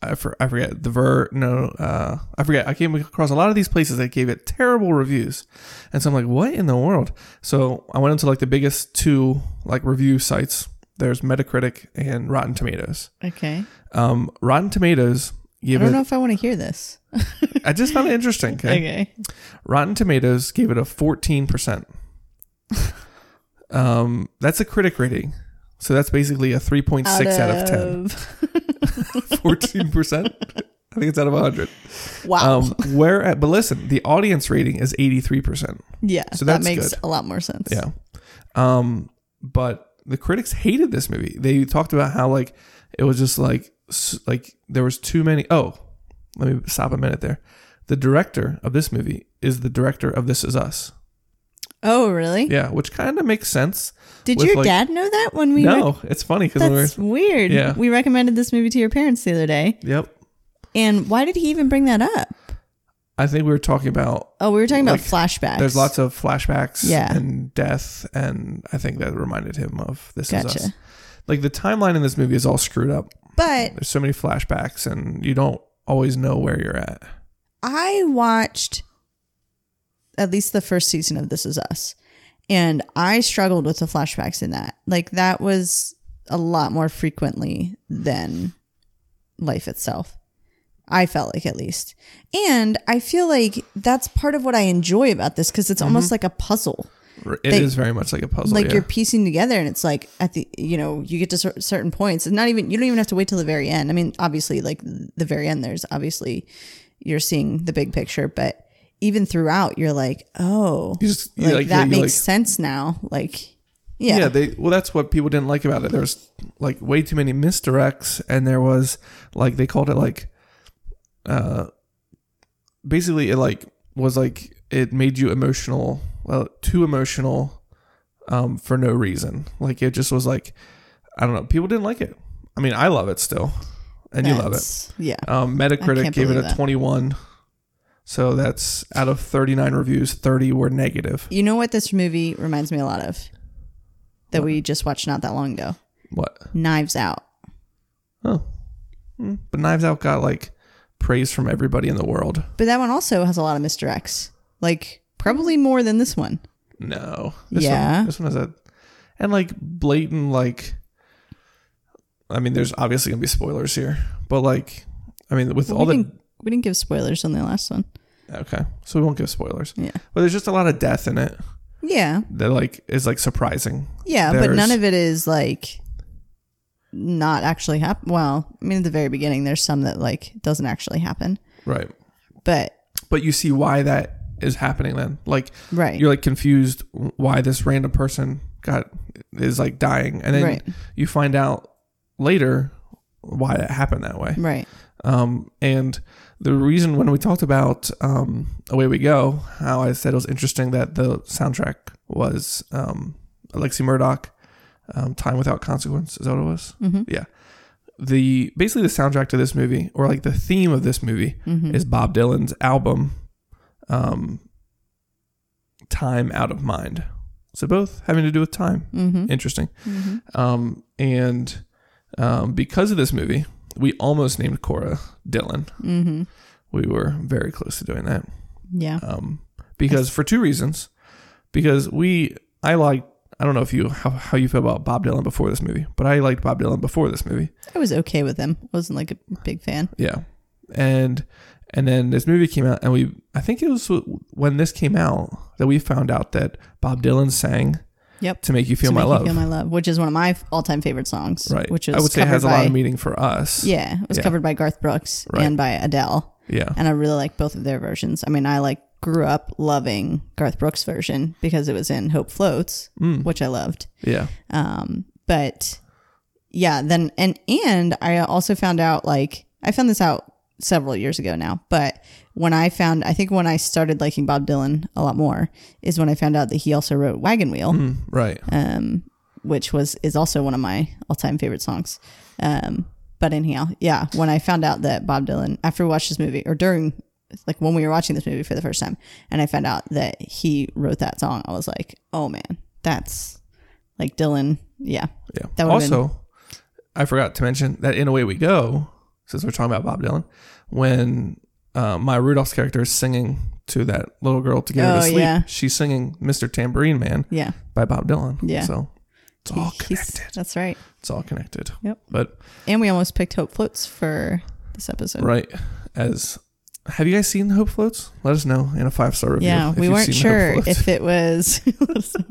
Speaker 2: I for, I forget the ver no uh I forget I came across a lot of these places that gave it terrible reviews, and so I'm like, what in the world? So I went into like the biggest two like review sites. There's Metacritic and Rotten Tomatoes.
Speaker 3: Okay.
Speaker 2: Um, Rotten Tomatoes
Speaker 3: I
Speaker 2: gave
Speaker 3: don't
Speaker 2: it.
Speaker 3: know if I want to hear this.
Speaker 2: I just found it interesting. okay?
Speaker 3: Okay.
Speaker 2: Rotten Tomatoes gave it a 14%. um, that's a critic rating. So that's basically a 3.6 out of, 10. 14%? I think it's out of 100.
Speaker 3: ten. Wow.
Speaker 2: Um, where at, but listen, the audience rating is 83%.
Speaker 3: yeah.
Speaker 2: so
Speaker 3: that
Speaker 2: that's
Speaker 3: makes
Speaker 2: good.
Speaker 3: a lot more sense.
Speaker 2: Yeah. Um, but the critics hated this movie. They talked about how like it was just like s- like there was too many. Oh, let me stop a minute there. The director of this movie is the director of This Is Us.
Speaker 3: Oh, really?
Speaker 2: Yeah, which kind of makes sense.
Speaker 3: Did
Speaker 2: with,
Speaker 3: your
Speaker 2: like-
Speaker 3: dad know that when we? rec-
Speaker 2: no, it's funny because we were.
Speaker 3: that's weird.
Speaker 2: Yeah.
Speaker 3: We recommended this movie to your parents the other day,
Speaker 2: Yep,
Speaker 3: and why did he even bring that up?
Speaker 2: I think we were talking about.
Speaker 3: Oh, we were talking about
Speaker 2: Like,
Speaker 3: flashbacks.
Speaker 2: There's lots of flashbacks
Speaker 3: Yeah.
Speaker 2: and death, and I think that reminded him of This Is Us.
Speaker 3: Gotcha.
Speaker 2: Like the timeline in this movie is all screwed up.
Speaker 3: But
Speaker 2: There's so many flashbacks, and you don't always know where you're at.
Speaker 3: I watched at least the first season of This Is Us, and I struggled with the flashbacks in that. Like that was a lot more frequently than life itself. I felt like at least. And I feel like that's part of what I enjoy about this because it's almost like a puzzle.
Speaker 2: It is
Speaker 3: They-
Speaker 2: very much like a puzzle.
Speaker 3: like
Speaker 2: yeah.
Speaker 3: you're piecing together and it's like at the you know you get to cer- certain points and not even you don't even have to wait till the very end i mean obviously like the very end there's obviously you're seeing the big picture but even throughout you're like oh
Speaker 2: You just- you
Speaker 3: like
Speaker 2: like- yeah,
Speaker 3: that
Speaker 2: you
Speaker 3: makes
Speaker 2: like-
Speaker 3: sense now like
Speaker 2: yeah.
Speaker 3: yeah,
Speaker 2: they well that's what people didn't like about it there was like way too many misdirects and there was like they called it like uh basically it like was like it made you emotional well too emotional um for no reason like it just was like i don't know people didn't like it i mean i love it still and you love it
Speaker 3: that's- yeah
Speaker 2: um
Speaker 3: I
Speaker 2: metacritic
Speaker 3: can't
Speaker 2: gave it a
Speaker 3: believe that.
Speaker 2: 21 so that's out of 39 reviews 30 were negative
Speaker 3: you know what this movie reminds me a lot of that we just watched not that long ago
Speaker 2: what
Speaker 3: knives out
Speaker 2: Oh. Mm. But Knives Out got like praise from everybody in the world.
Speaker 3: but that one also has a lot of misdirects like probably more than this one
Speaker 2: No. This
Speaker 3: Yeah.
Speaker 2: One, this one is a and like blatant like I mean there's obviously gonna be spoilers here. But like I mean with all
Speaker 3: we,
Speaker 2: the
Speaker 3: didn't, we didn't give spoilers on the last one
Speaker 2: Okay. So we won't give spoilers.
Speaker 3: Yeah.
Speaker 2: But there's just a lot of death in it
Speaker 3: Yeah.
Speaker 2: that like is like surprising.
Speaker 3: Yeah, but none
Speaker 2: There's-
Speaker 3: of it is like not actually happen. Well, I mean at the very beginning there's some that like doesn't actually happen.
Speaker 2: Right.
Speaker 3: But
Speaker 2: But you see why that is happening then. Like
Speaker 3: right.
Speaker 2: you're like confused why this random person got is like dying and then
Speaker 3: Right.
Speaker 2: you find out later why it happened that way
Speaker 3: right.
Speaker 2: um, and the reason when we talked about um, away we go how i said it was interesting that the soundtrack was um, alexi murdoch um, time without consequence is that what it was
Speaker 3: Mhm.
Speaker 2: yeah the basically the soundtrack to this movie or like the theme of this movie
Speaker 3: Mhm.
Speaker 2: is bob dylan's album um, time out of mind so both having to do with time
Speaker 3: Mhm.
Speaker 2: interesting
Speaker 3: Mhm.
Speaker 2: um, and um, because of this movie we almost named cora dylan
Speaker 3: Mhm.
Speaker 2: we were very close to doing that
Speaker 3: Yeah.
Speaker 2: um, because for two reasons because we i like i don't know if you how, how you feel about bob dylan before this movie but i liked bob dylan before this movie
Speaker 3: I was okay with him. Wasn't like a big fan.
Speaker 2: yeah and and then this movie came out and we i think it was when this came out that we found out that bob dylan sang
Speaker 3: Yep.
Speaker 2: to make you feel
Speaker 3: To
Speaker 2: my
Speaker 3: Make You
Speaker 2: love
Speaker 3: Feel my love, which is one of my all-time favorite songs.
Speaker 2: right
Speaker 3: Which is
Speaker 2: i would say it
Speaker 3: covered
Speaker 2: has a
Speaker 3: by,
Speaker 2: lot of meaning for us
Speaker 3: Yeah, it was
Speaker 2: Yeah.
Speaker 3: covered by Garth Brooks
Speaker 2: Right.
Speaker 3: and by Adele.
Speaker 2: yeah
Speaker 3: and I really like both of their versions. I mean, I like grew up loving Garth Brooks' version because it was in Hope Floats, which I loved.
Speaker 2: yeah
Speaker 3: Um, but yeah, then and and I also found out like I found this out several years ago now, but when I found I think when I started liking Bob Dylan a lot more is when I found out that he also wrote Wagon Wheel
Speaker 2: Mm, right
Speaker 3: um, which was is also one of my all time favorite songs. Um, but anyhow, yeah, when I found out that Bob Dylan, after we watched this movie, or during, like when we were watching this movie for the first time, and I found out that he wrote that song, I was like, oh man, that's like Dylan. Yeah,
Speaker 2: Yeah.
Speaker 3: That would've
Speaker 2: also, I forgot to mention that in a way we go, since we're talking about Bob Dylan, when uh, my Rudolph's character is singing to that little girl to get her
Speaker 3: Oh,
Speaker 2: to sleep,
Speaker 3: yeah.
Speaker 2: she's singing "Mr. Tambourine Man"
Speaker 3: yeah.
Speaker 2: by Bob Dylan.
Speaker 3: Yeah.
Speaker 2: So it's all
Speaker 3: He- he's-
Speaker 2: connected.
Speaker 3: That's right.
Speaker 2: It's all connected.
Speaker 3: Yep.
Speaker 2: But
Speaker 3: And we almost picked Hope Floats for this episode.
Speaker 2: right as. Have you guys seen Hope Floats? Let us know in a five star review.
Speaker 3: Yeah,
Speaker 2: if
Speaker 3: we
Speaker 2: you've
Speaker 3: weren't
Speaker 2: seen Hope
Speaker 3: sure
Speaker 2: Floats.
Speaker 3: if it was.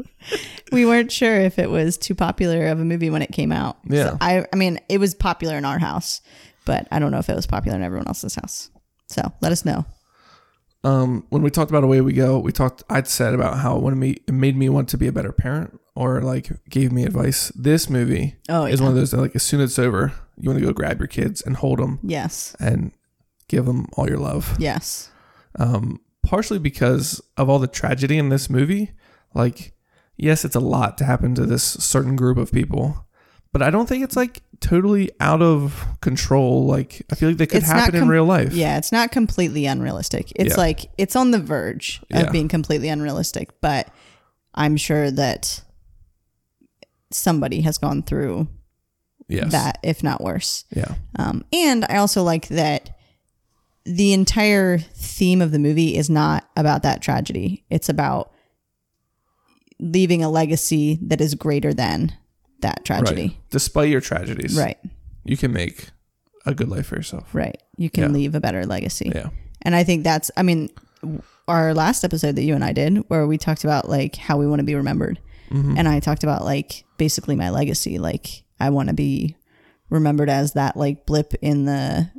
Speaker 3: we weren't sure if it was too popular of a movie when it came out. So
Speaker 2: Yeah.
Speaker 3: I, I mean, it was popular in our house, but I don't know if it was popular in everyone else's house. So let us know.
Speaker 2: um, when we talked about away we go, we talked. I'd said about how when me it made me want to be a better parent or like gave me advice, this movie
Speaker 3: Oh,
Speaker 2: is
Speaker 3: yeah.
Speaker 2: one of those that like as soon as it's over, you want to go grab your kids and hold them
Speaker 3: Yes.
Speaker 2: and give them all your love.
Speaker 3: Yes.
Speaker 2: Um, partially because of all the tragedy in this movie. Like, yes, it's a lot to happen to this certain group of people, but I don't think it's like totally out of control. Like, I feel like they could
Speaker 3: It's not
Speaker 2: happen in
Speaker 3: com-
Speaker 2: real life.
Speaker 3: Yeah, it's not completely unrealistic. It's
Speaker 2: Yeah.
Speaker 3: like it's on the verge
Speaker 2: Yeah.
Speaker 3: of being completely unrealistic, but I'm sure that somebody has gone through
Speaker 2: Yes.
Speaker 3: that, if not worse.
Speaker 2: Yeah.
Speaker 3: Um, and I also like that the entire theme of the movie is not about that tragedy. It's about leaving a legacy that is greater than that tragedy.
Speaker 2: Right. Despite your tragedies,
Speaker 3: Right.
Speaker 2: you can make a good life for yourself.
Speaker 3: Right. You can
Speaker 2: Yeah.
Speaker 3: leave a better legacy.
Speaker 2: Yeah.
Speaker 3: And I think that's, I mean, w- our last episode that you and I did, where we talked about like how we want to be remembered. And I talked about like basically my legacy. Like, I want to be remembered as that like blip in the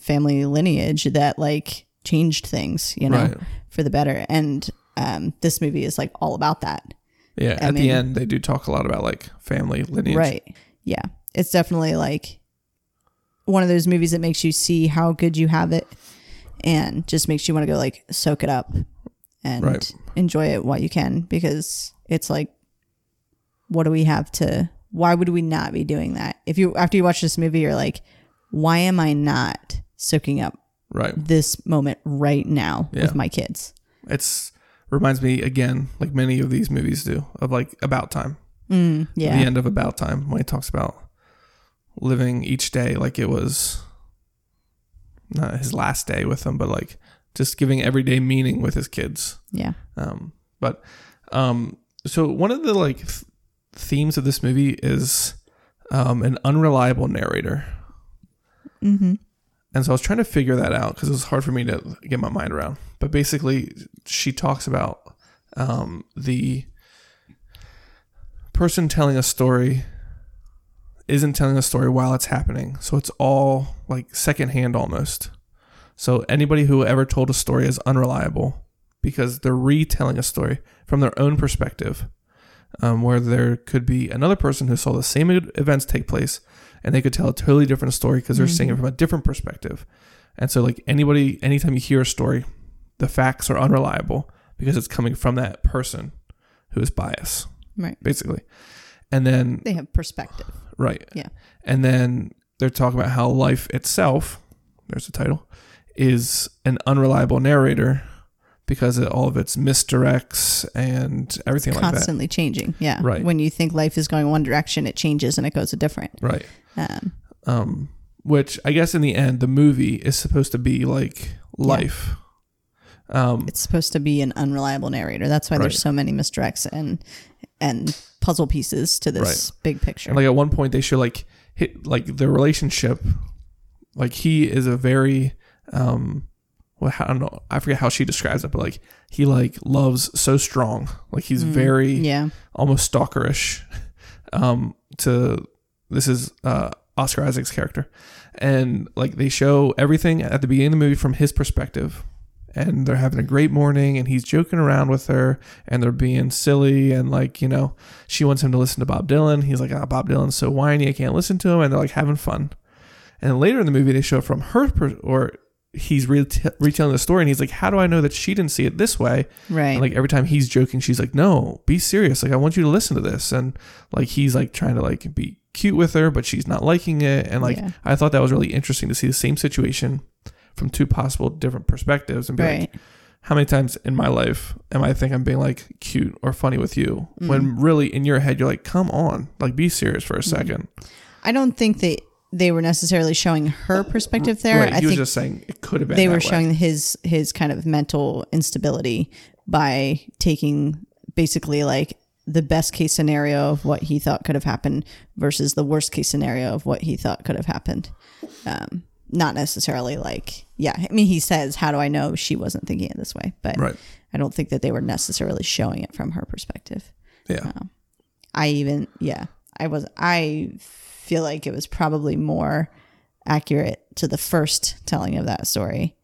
Speaker 3: family lineage that like changed things, you know,
Speaker 2: Right.
Speaker 3: for the better. And um, this movie is like all about that.
Speaker 2: Yeah.
Speaker 3: I
Speaker 2: At the
Speaker 3: mean-
Speaker 2: end, they do talk a lot about like family lineage.
Speaker 3: Right. Yeah. It's definitely like one of those movies that makes you see how good you have it and just makes you want to go like soak it up and
Speaker 2: Right.
Speaker 3: enjoy it while you can because it's like what do we have to why would we not be doing that? If you after you watch this movie you're like why am I not soaking up
Speaker 2: Right.
Speaker 3: this moment right now
Speaker 2: Yeah.
Speaker 3: with my kids?
Speaker 2: It's reminds me again, like many of these movies do, of like About Time.
Speaker 3: Mm, yeah.
Speaker 2: The end of About Time when he talks about living each day like it was not his last day with them, but like just giving every day meaning with his kids.
Speaker 3: Yeah.
Speaker 2: Um, but um, so one of the like th- themes of this movie is um, an unreliable narrator,
Speaker 3: Mhm.
Speaker 2: and so I was trying to figure that out because it was hard for me to get my mind around. But basically, she talks about um, the person telling a story isn't telling a story while it's happening, so it's all like secondhand almost. So anybody who ever told a story is unreliable because they're retelling a story from their own perspective, um, where there could be another person who saw the same e- events take place and they could tell a totally different story because they're seeing it from a different perspective. And so, like anybody, anytime you hear a story, the facts are unreliable because it's coming from that person who is biased,
Speaker 3: Right.
Speaker 2: basically. And then
Speaker 3: They have perspective.
Speaker 2: Right.
Speaker 3: Yeah.
Speaker 2: And then they're talking about how life itself, there's the title, is an unreliable narrator because of all of its misdirects and everything like
Speaker 3: constantly changing. Yeah.
Speaker 2: Right.
Speaker 3: When you think life is going one direction, it changes and it goes a different.
Speaker 2: that. Right.
Speaker 3: Um,
Speaker 2: Um, which I guess in the end, the movie is supposed to be like life. Um,
Speaker 3: it's supposed to be an unreliable narrator. That's why
Speaker 2: Right.
Speaker 3: there's so many misdirects and and puzzle pieces to this big picture.
Speaker 2: And like at one point, they show like hit like their relationship. Like he is a very, um, well, I don't know, I forget how she describes it, but like he like loves so strong, like he's very
Speaker 3: yeah.
Speaker 2: almost stalkerish. Um, to this is uh Oscar Isaac's character, and like they show everything at the beginning of the movie from his perspective. And they're having a great morning, and he's joking around with her, and they're being silly, and like you know, she wants him to listen to Bob Dylan. He's like, "Ah, Bob Dylan's so whiny, I can't listen to him." And they're like having fun. And later in the movie, they show from her per- or he's reta- retelling the story, and he's like, "How do I know that she didn't see it this way?"
Speaker 3: Right.
Speaker 2: And like every time he's joking, she's like, "No, be serious. Like I want you to listen to this." And like he's like trying to like be cute with her, but she's not liking it. And like
Speaker 3: Yeah.
Speaker 2: I thought that was really interesting to see the same situation from two possible different perspectives and be
Speaker 3: right.
Speaker 2: like, "How many times in my life am I think I'm being like cute or funny with you
Speaker 3: Mm-hmm.
Speaker 2: when really in your head you're like, "Come on, like be serious for a
Speaker 3: Mm-hmm.
Speaker 2: second.
Speaker 3: I don't think that they were necessarily showing her perspective there.
Speaker 2: right?
Speaker 3: I
Speaker 2: he was
Speaker 3: think
Speaker 2: just saying it could have been.
Speaker 3: they
Speaker 2: that
Speaker 3: were
Speaker 2: way.
Speaker 3: showing his his kind of mental instability by taking basically like the best case scenario of what he thought could have happened versus the worst case scenario of what he thought could have happened um, not necessarily like yeah i mean he says how do i know she wasn't thinking it this way but
Speaker 2: Right.
Speaker 3: i don't think that they were necessarily showing it from her perspective
Speaker 2: yeah,
Speaker 3: I even yeah, I was I feel like it was probably more accurate to the first telling of that story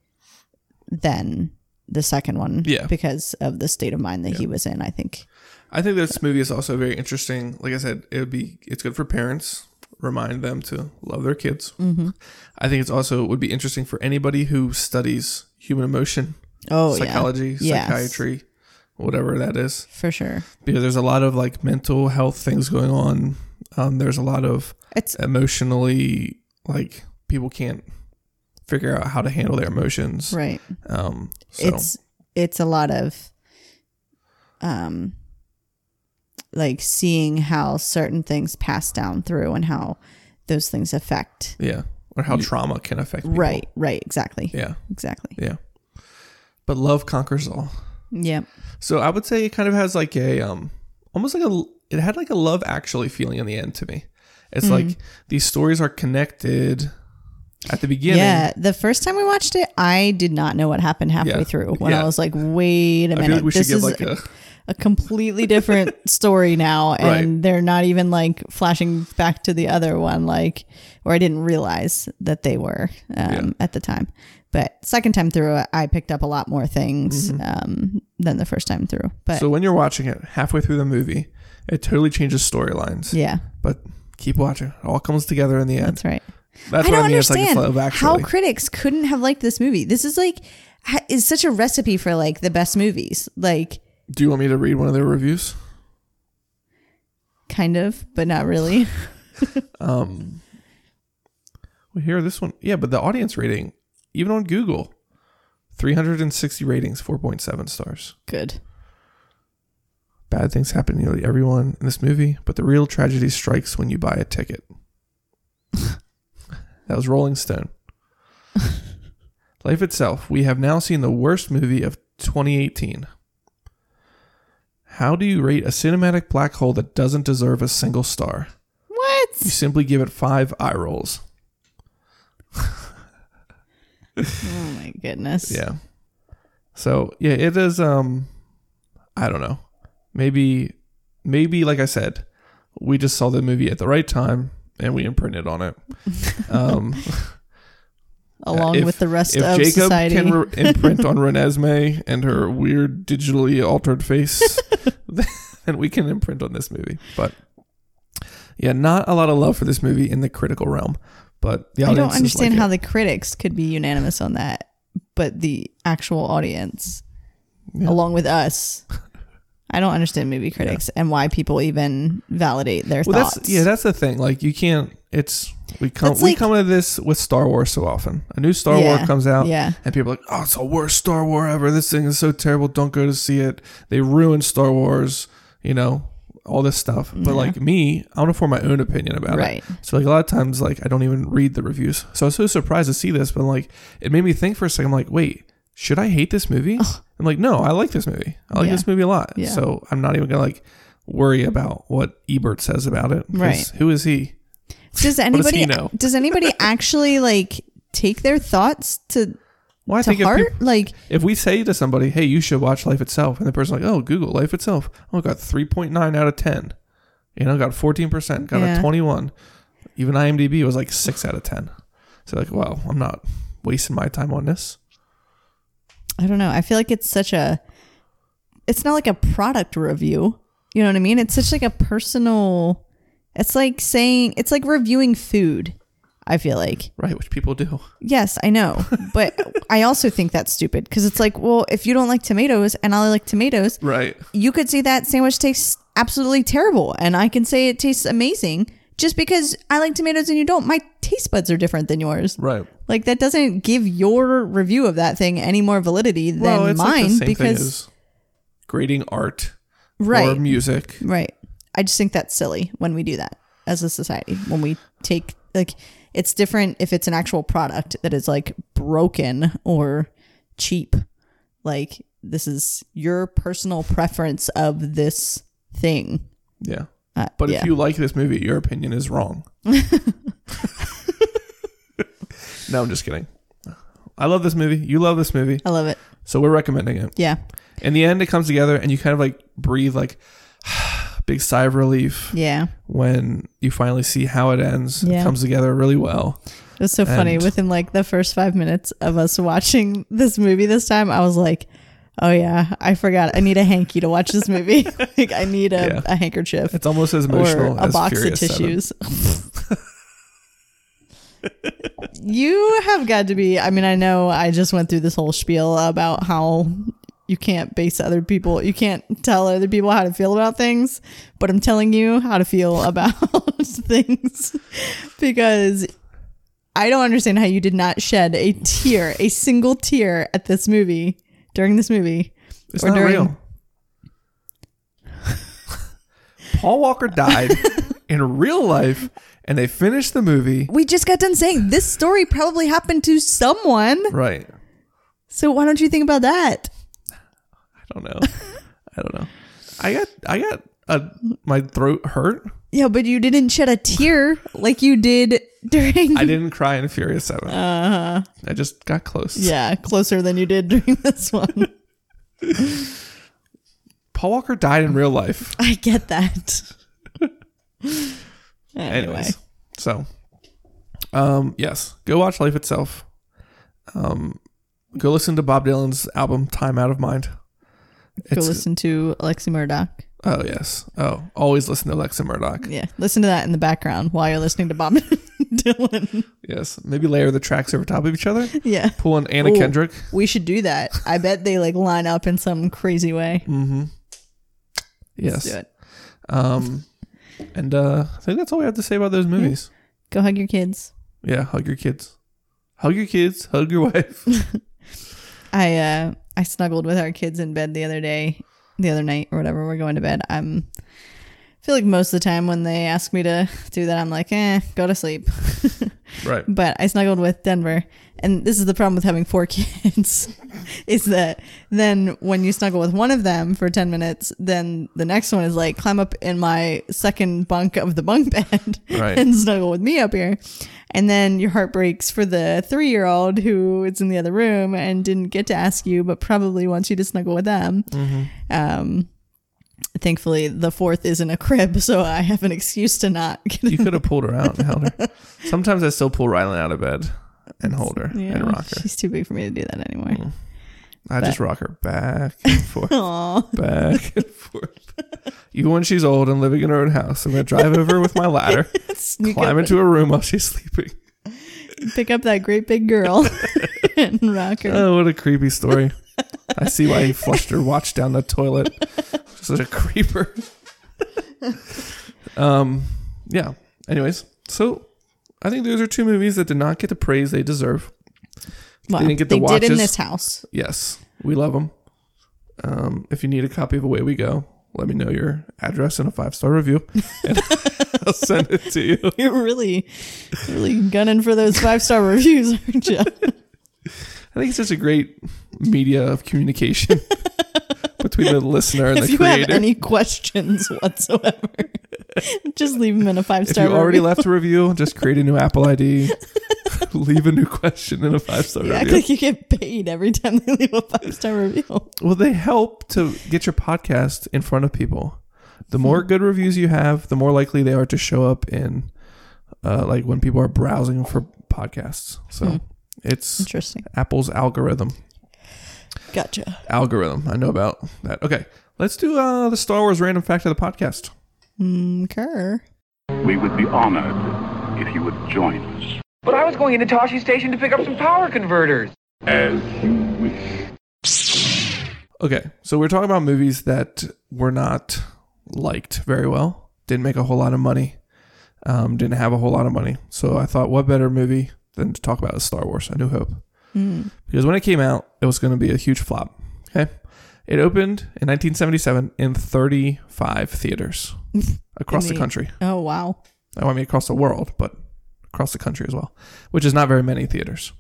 Speaker 3: than the second one
Speaker 2: Yeah.
Speaker 3: because of the state of mind that he was in, I think.
Speaker 2: I think this movie is also very interesting. Like I said, it would be it's good for parents remind them to love their kids.
Speaker 3: Mm-hmm.
Speaker 2: I think it's also would be interesting for anybody who studies human emotion,
Speaker 3: Oh,
Speaker 2: psychology,
Speaker 3: yeah. Yes.
Speaker 2: psychiatry, whatever that is,
Speaker 3: yeah. For sure.
Speaker 2: because there's a lot of like mental health things going on. Um, there's a lot of
Speaker 3: It's
Speaker 2: emotionally like people can't figure out how to handle their emotions.
Speaker 3: right.
Speaker 2: Um, so
Speaker 3: It's it's a lot of um like seeing how certain things pass down through and how those things affect.
Speaker 2: yeah, or how trauma can affect people.
Speaker 3: Right, right, exactly.
Speaker 2: Yeah,
Speaker 3: Exactly.
Speaker 2: yeah. But love conquers all.
Speaker 3: Yep.
Speaker 2: So I would say it kind of has like a um almost like a it had like a love actually feeling in the end to me. It's like these stories are connected at the beginning.
Speaker 3: Yeah, the first time we watched it, I did not know what happened halfway
Speaker 2: Yeah,
Speaker 3: through when
Speaker 2: yeah.
Speaker 3: I was like, "Wait a
Speaker 2: I
Speaker 3: minute,
Speaker 2: feel like we should
Speaker 3: this
Speaker 2: give
Speaker 3: is
Speaker 2: like
Speaker 3: a,
Speaker 2: a
Speaker 3: a completely different story now, and
Speaker 2: Right.
Speaker 3: they're not even like flashing back to the other one, like, or I didn't realize that they were um, at the time." But second time through, I picked up a lot more things um, than the first time through. But
Speaker 2: Mm-hmm. so when you're watching it halfway through the movie, it totally changes storylines.
Speaker 3: yeah,
Speaker 2: But keep watching; it all comes together in the end.
Speaker 3: that's right.
Speaker 2: That's
Speaker 3: I
Speaker 2: what
Speaker 3: don't
Speaker 2: I mean. It's like
Speaker 3: understand
Speaker 2: it's love
Speaker 3: how
Speaker 2: actually.
Speaker 3: critics couldn't have liked this movie. This is like ha- is such a recipe for like the best movies, like.
Speaker 2: Do you want me to read one of their reviews?
Speaker 3: kind of, but not really.
Speaker 2: Um, well, here this one. Yeah, but the audience rating, even on Google, 360 ratings, 4.7 stars.
Speaker 3: Good.
Speaker 2: Bad things happen to nearly everyone in this movie, but the real tragedy strikes when you buy a ticket. that was Rolling Stone. Life itself. We have now seen the worst movie of 2018. How do you rate a cinematic black hole that doesn't deserve a single star? You
Speaker 3: What?
Speaker 2: simply give it five eye rolls.
Speaker 3: Oh my goodness.
Speaker 2: Yeah. So yeah, it is. Um, I don't know. Maybe, maybe like I said, we just saw the movie at the right time and we imprinted on it. Um,
Speaker 3: Along
Speaker 2: if-
Speaker 3: with the rest
Speaker 2: if
Speaker 3: of
Speaker 2: Jacob
Speaker 3: society.
Speaker 2: can re- imprint on Renesmee and her weird digitally altered face, then we can imprint on this movie. But yeah, not a lot of love for this movie in the critical realm. But the
Speaker 3: I
Speaker 2: audience
Speaker 3: don't understand
Speaker 2: like
Speaker 3: how
Speaker 2: it.
Speaker 3: the critics could be unanimous on that, but the actual audience,
Speaker 2: Yeah.
Speaker 3: along with us, I don't understand movie critics and why people even validate their
Speaker 2: well,
Speaker 3: thoughts.
Speaker 2: that's yeah, that's the thing. Like you can't. It's we come
Speaker 3: That's
Speaker 2: we
Speaker 3: like-
Speaker 2: come into this with Star Wars so often. A new Star
Speaker 3: Yeah,
Speaker 2: Wars comes out,
Speaker 3: yeah.
Speaker 2: and people are like, "Oh, it's the worst Star Wars ever. This thing is so terrible. Don't go to see it. They ruined Star Wars." You know all this stuff. But like me, I want to form my own opinion about
Speaker 3: Right.
Speaker 2: it. So like a lot of times, like I don't even read the reviews. So I was so surprised to see this, but like it made me think for a second. I'm like, wait. Should I hate this movie? I'm like, no, I like this movie. I like
Speaker 3: Yeah.
Speaker 2: this movie a lot.
Speaker 3: Yeah.
Speaker 2: So I'm not even gonna like worry about what Ebert says about it. 'cause
Speaker 3: Right.
Speaker 2: Who is he?
Speaker 3: Does
Speaker 2: does
Speaker 3: anybody
Speaker 2: he know?
Speaker 3: does anybody actually like take their thoughts to
Speaker 2: Well, I
Speaker 3: to
Speaker 2: think
Speaker 3: heart?
Speaker 2: if, peop-
Speaker 3: like
Speaker 2: if we say to somebody, "Hey, you should watch Life Itself," and the person's like, "Oh, Google Life Itself. Oh, it got 3.9 out of 10. You know, got 14 percent, got
Speaker 3: Yeah.
Speaker 2: a 21. Even IMDb was like six out of 10. So like, wow, I'm not wasting my time on this.
Speaker 3: I don't know. I feel like it's such a it's not like a product review. You know what I mean? It's such like a personal it's like saying it's like reviewing food. I feel like.
Speaker 2: Right, which people do.
Speaker 3: Yes, I know. But I also think that's stupid cuz it's like, well, if you don't like tomatoes and I like tomatoes,
Speaker 2: Right.
Speaker 3: you could say that sandwich tastes absolutely terrible and I can say it tastes amazing just because I like tomatoes and you don't. My taste buds are different than yours.
Speaker 2: Right.
Speaker 3: Like that doesn't give your review of that thing any more validity than
Speaker 2: well, it's like
Speaker 3: mine
Speaker 2: the same
Speaker 3: because
Speaker 2: thing as grading art or
Speaker 3: right,
Speaker 2: music.
Speaker 3: right. I just think that's silly when we do that as a society when we take like it's different if it's an actual product that is like broken or cheap. Like this is your personal preference of this thing.
Speaker 2: Yeah.
Speaker 3: Uh,
Speaker 2: But
Speaker 3: yeah.
Speaker 2: if you like this movie, your opinion is wrong. no, I'm just kidding. I love this movie. You love this movie.
Speaker 3: I love it.
Speaker 2: So we're recommending it.
Speaker 3: Yeah,
Speaker 2: In the end, it comes together and you kind of like breathe like big sigh of relief
Speaker 3: yeah.
Speaker 2: when you finally see how it ends.
Speaker 3: Yeah.
Speaker 2: It comes together really well.
Speaker 3: It was so funny.
Speaker 2: And-
Speaker 3: Within like the first five minutes of us watching this movie this time, I was like, Oh yeah, I forgot. I need a hanky to watch this movie. like I need a,
Speaker 2: Yeah.
Speaker 3: a handkerchief
Speaker 2: It's almost as
Speaker 3: or
Speaker 2: emotional
Speaker 3: a
Speaker 2: as
Speaker 3: box
Speaker 2: Furious
Speaker 3: of
Speaker 2: 7.
Speaker 3: tissues. you have got to be. I mean, I know. I just went through this whole spiel about how you can't base other people. You can't tell other people how to feel about things, but I'm telling you how to feel about things because I don't understand how you did not shed a tear, a single tear at this movie during this movie.
Speaker 2: It's
Speaker 3: Or
Speaker 2: not
Speaker 3: during-
Speaker 2: real. Paul Walker died in real life, and they finished the movie.
Speaker 3: We just got done saying this story probably happened to someone.
Speaker 2: Right.
Speaker 3: So why don't you think about that?
Speaker 2: I don't know. I don't know. I got I got uh my throat hurt.
Speaker 3: Yeah, but you didn't shed a tear like you did during.
Speaker 2: I didn't cry in Furious Seven. Uh-huh. I just got close.
Speaker 3: yeah, closer than you did during this one.
Speaker 2: Paul Walker died in real life.
Speaker 3: I get that. anyway,
Speaker 2: Anyways, so um, yes, go watch Life Itself. Um, go listen to Bob Dylan's album Time Out of Mind.
Speaker 3: go
Speaker 2: It's-
Speaker 3: listen to Alexi Murdoch.
Speaker 2: Oh yes. Oh, always listen to Alexa Murdoch.
Speaker 3: Yeah, listen to that in the background while you're listening to Bob Dylan.
Speaker 2: Yes. Maybe layer the tracks over top of each other.
Speaker 3: Yeah,
Speaker 2: Pull an Anna
Speaker 3: Ooh.
Speaker 2: Kendrick.
Speaker 3: we should do that. I bet they like line up in some crazy way.
Speaker 2: Mm-hmm. Yes.
Speaker 3: Let's do it.
Speaker 2: Um, and uh, I think that's all we have to say about those movies.
Speaker 3: Go hug your kids.
Speaker 2: Yeah. hug your kids. Hug your kids. Hug your wife.
Speaker 3: I uh I snuggled with our kids in bed the other day, the other night or whatever. We're going to bed. I'm I feel like most of the time when they ask me to do that, I'm like, eh, go to sleep.
Speaker 2: right.
Speaker 3: but I snuggled with Denver, and this is the problem with having four kids, is that then when you snuggle with one of them for ten minutes, then the next one is like climb up in my second bunk of the bunk bed
Speaker 2: Right.
Speaker 3: and snuggle with me up here, and then your heart breaks for the three year old who is in the other room and didn't get to ask you, but probably wants you to snuggle with them.
Speaker 2: Mm-hmm.
Speaker 3: Um. Thankfully, the fourth is in a crib, so I have an excuse to not get
Speaker 2: You could have pulled her out and held her. Sometimes I still pull Rylan out of bed and hold her and rock her. Mm.
Speaker 3: She's too big for me to do that anymore.
Speaker 2: I just rock her back and forth,
Speaker 3: Aw.
Speaker 2: back and forth. Even when she's old and living in her own house, I'm gonna drive over with my ladder,
Speaker 3: Sneak
Speaker 2: climb
Speaker 3: up,
Speaker 2: into her room while she's sleeping.
Speaker 3: pick up that great big girl and rock her.
Speaker 2: Oh, what a creepy story. I see why he flushed her watch down the toilet. Such a creeper. um, yeah. Anyways, so I think those are two movies that did not get the praise they deserve.
Speaker 3: Wow.
Speaker 2: didn't get the
Speaker 3: they did in
Speaker 2: watches.
Speaker 3: this house.
Speaker 2: Yes, we love them. Um, if you need a copy of Away We Go, let me know your address and a five star review, and I'll send it to you.
Speaker 3: You're really, really gunning for those five star reviews, aren't you?
Speaker 2: I think it's just a great media of communication between the listener and
Speaker 3: if
Speaker 2: the
Speaker 3: you have
Speaker 2: creator.
Speaker 3: any questions whatsoever, just leave them in a five
Speaker 2: if
Speaker 3: star.
Speaker 2: you already left a review, just create a new Apple ID, leave a new question and a five star
Speaker 3: You act
Speaker 2: review.
Speaker 3: like you get paid every time they leave a five star review.
Speaker 2: Well, they help to get your podcast in front of people. The more good reviews you have, the more likely they are to show up in, uh, like when people are browsing for podcasts. So it's
Speaker 3: Interesting.
Speaker 2: Apple's algorithm.
Speaker 3: Gotcha.
Speaker 2: Algorithm. I know about that. Okay, let's do uh, the Star Wars random fact of the podcast.
Speaker 3: Okay.
Speaker 4: We would be honored if you would join us
Speaker 5: But I was going into Toshi Station to pick up some power converters.
Speaker 4: as you wish.
Speaker 2: Okay, so we're talking about movies that were not liked very well, didn't make a whole lot of money, um, didn't have a whole lot of money. So I thought, what better movie than to talk about is Star Wars: A New Hope? Because when it came out, it was going to be a huge flop. Okay, it opened in 1977 in 35 theaters across the
Speaker 3: Indeed.
Speaker 2: country.
Speaker 3: Oh wow.
Speaker 2: I mean, across the world, but across the country as well, which is not very many theaters.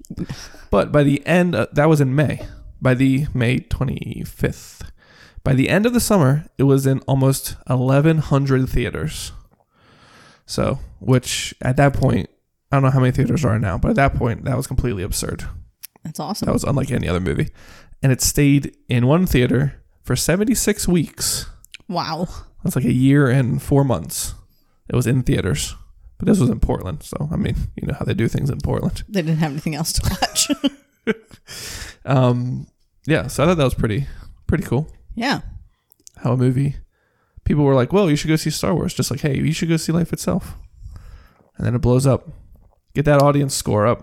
Speaker 2: but by the end, uh, that was in May. By the May 25th, by the end of the summer, it was in almost 1,100 theaters. So, which at that point, I don't know how many theaters are now, but at that point, that was completely absurd.
Speaker 3: That's awesome.
Speaker 2: That was unlike any other movie. And it stayed in one theater for 76 weeks.
Speaker 3: wow.
Speaker 2: That's like a year and four months. It was in theaters, but this was in Portland. So I mean, you know how they do things in Portland.
Speaker 3: They didn't have anything else to watch.
Speaker 2: Um, yeah. So I thought that was pretty Pretty cool.
Speaker 3: Yeah.
Speaker 2: How a movie. People were like, "Well, you should go see Star Wars." Just like, "Hey, you should go see Life itself." And then it blows up. Get that audience score up.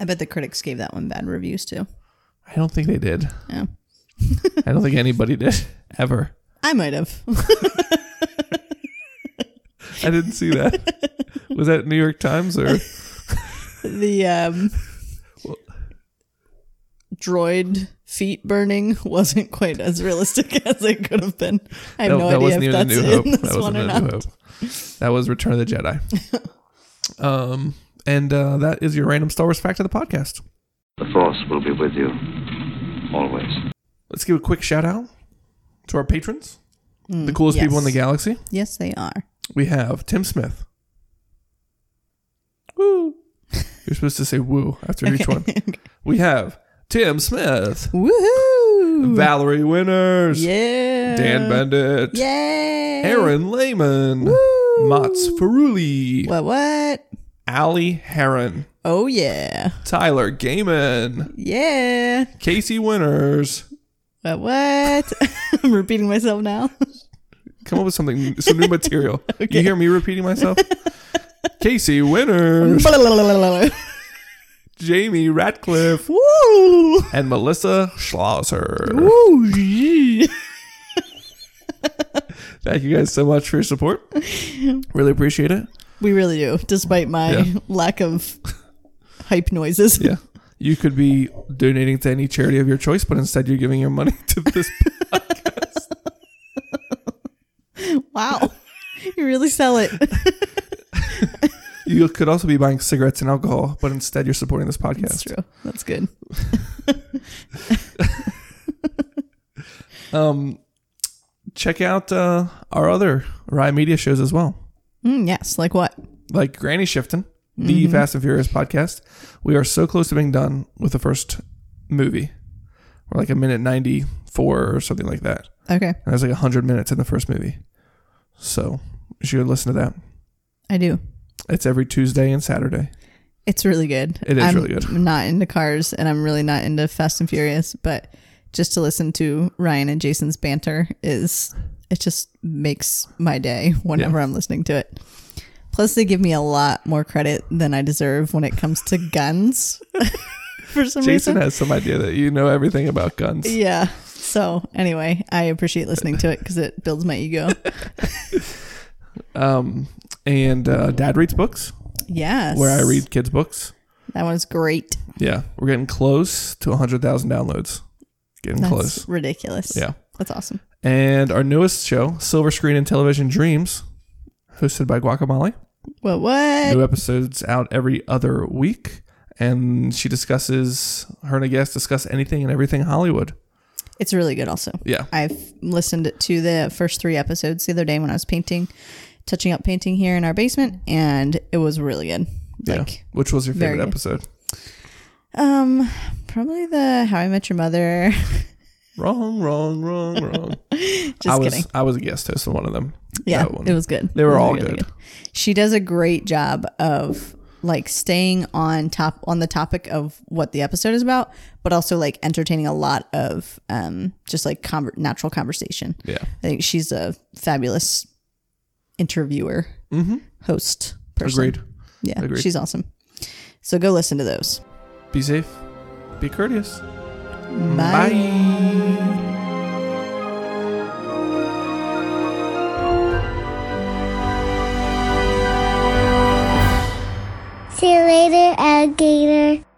Speaker 3: I bet the critics gave that one bad reviews too.
Speaker 2: I don't think they did.
Speaker 3: Yeah.
Speaker 2: I don't think anybody did ever.
Speaker 3: I might have.
Speaker 2: I didn't see that. Was that New York Times or
Speaker 3: the um, droid feet burning wasn't quite as realistic as it could have been. I have no, idea if that's in this one or
Speaker 2: in A New
Speaker 3: not.
Speaker 2: Hope. That was Return of the Jedi. um, and uh, that is your random Star Wars fact of the podcast.
Speaker 6: The Force will be with you. Always.
Speaker 2: Let's give a quick shout out to our patrons, the coolest people in the
Speaker 3: Mm, yes.
Speaker 2: galaxy.
Speaker 3: Yes, they are.
Speaker 2: We have Tim Smith. Woo! You're supposed to say woo after each one. We have Tim Smith,
Speaker 3: Woohoo!
Speaker 2: Valerie Winners,
Speaker 3: yeah.
Speaker 2: Dan Bendit,
Speaker 3: Yay.
Speaker 2: Aaron Lehman,
Speaker 3: Woo.
Speaker 2: Mats Feruli,
Speaker 3: What? What?
Speaker 2: Ali Heron,
Speaker 3: Oh yeah.
Speaker 2: Tyler Gaiman,
Speaker 3: Yeah.
Speaker 2: Casey Winners.
Speaker 3: What? What? I'm repeating myself now.
Speaker 2: Come up with something, some new material. You hear me repeating myself? Casey Winners, Jamie Ratcliffe,
Speaker 3: Woo!
Speaker 2: and Melissa Schlosser.
Speaker 3: Woo! yeah.
Speaker 2: Thank you guys so much for your support. Really appreciate it.
Speaker 3: We really do, despite my
Speaker 2: Yeah.
Speaker 3: lack of hype noises.
Speaker 2: Yeah. You could be donating to any charity of your choice, but instead you're giving your money to this.
Speaker 3: Wow. You really sell it.
Speaker 2: you could also be buying cigarettes and alcohol, but instead you're supporting this podcast.
Speaker 3: That's true. That's good.
Speaker 2: um check out uh, our other Rye Media shows as well.
Speaker 3: Mm, yes. Like what?
Speaker 2: Like Granny Shifting, the
Speaker 3: Mm-hmm.
Speaker 2: Fast and Furious podcast. We are so close to being done with the first movie. We're like a minute 94 or something like that.
Speaker 3: Okay.
Speaker 2: And there's like 100 minutes in the first movie. So you should listen to that.
Speaker 3: I do.
Speaker 2: It's every Tuesday and Saturday.
Speaker 3: It's really good.
Speaker 2: It is
Speaker 3: I'm
Speaker 2: really good.
Speaker 3: not into cars and I'm really not into Fast and Furious, but just to listen to Ryan and Jason's banter is it just makes my day whenever I'm listening to it. Plus they give me a lot more credit than I deserve when it comes to guns. for some
Speaker 2: Jason
Speaker 3: reason.
Speaker 2: has some idea that you know everything about guns.
Speaker 3: yeah. So anyway, I appreciate listening to it because it builds my ego.
Speaker 2: Um, and uh, Dad reads books,
Speaker 3: yes.
Speaker 2: where I read kids' books.
Speaker 3: That one's great.
Speaker 2: Yeah, we're getting close to 100,000 downloads. Getting
Speaker 3: That's
Speaker 2: close.
Speaker 3: ridiculous.
Speaker 2: Yeah.
Speaker 3: That's awesome.
Speaker 2: And our newest show, Silver Screen and Television Dreams, hosted by Guacamole.
Speaker 3: What what?
Speaker 2: New episodes out every other week. And she discusses, her and a guest discuss anything and everything Hollywood.
Speaker 3: It's really good also.
Speaker 2: Yeah.
Speaker 3: I've listened to the first three episodes the other day when I was painting, touching up painting here in our basement, and it was really good.
Speaker 2: yeah.
Speaker 3: Like,
Speaker 2: Which was your
Speaker 3: very
Speaker 2: favorite
Speaker 3: good.
Speaker 2: episode?
Speaker 3: um, probably the How I Met Your Mother.
Speaker 2: Wrong, wrong, wrong, wrong.
Speaker 3: Just
Speaker 2: I was
Speaker 3: kidding.
Speaker 2: I was a guest host on one of them.
Speaker 3: Yeah,
Speaker 2: That one.
Speaker 3: it was good.
Speaker 2: They were
Speaker 3: It was
Speaker 2: all good.
Speaker 3: She does a great job of like staying on top on the topic of what the episode is about, but also like entertaining a lot of um just like conver- natural conversation.
Speaker 2: Yeah.
Speaker 3: I think she's a fabulous interviewer, host, person.
Speaker 2: Mm-hmm. Agreed.
Speaker 3: Yeah,
Speaker 2: Agreed.
Speaker 3: she's awesome. So go listen to those.
Speaker 2: Be safe. Be courteous.
Speaker 3: Bye.
Speaker 2: Bye.
Speaker 1: See you later, alligator.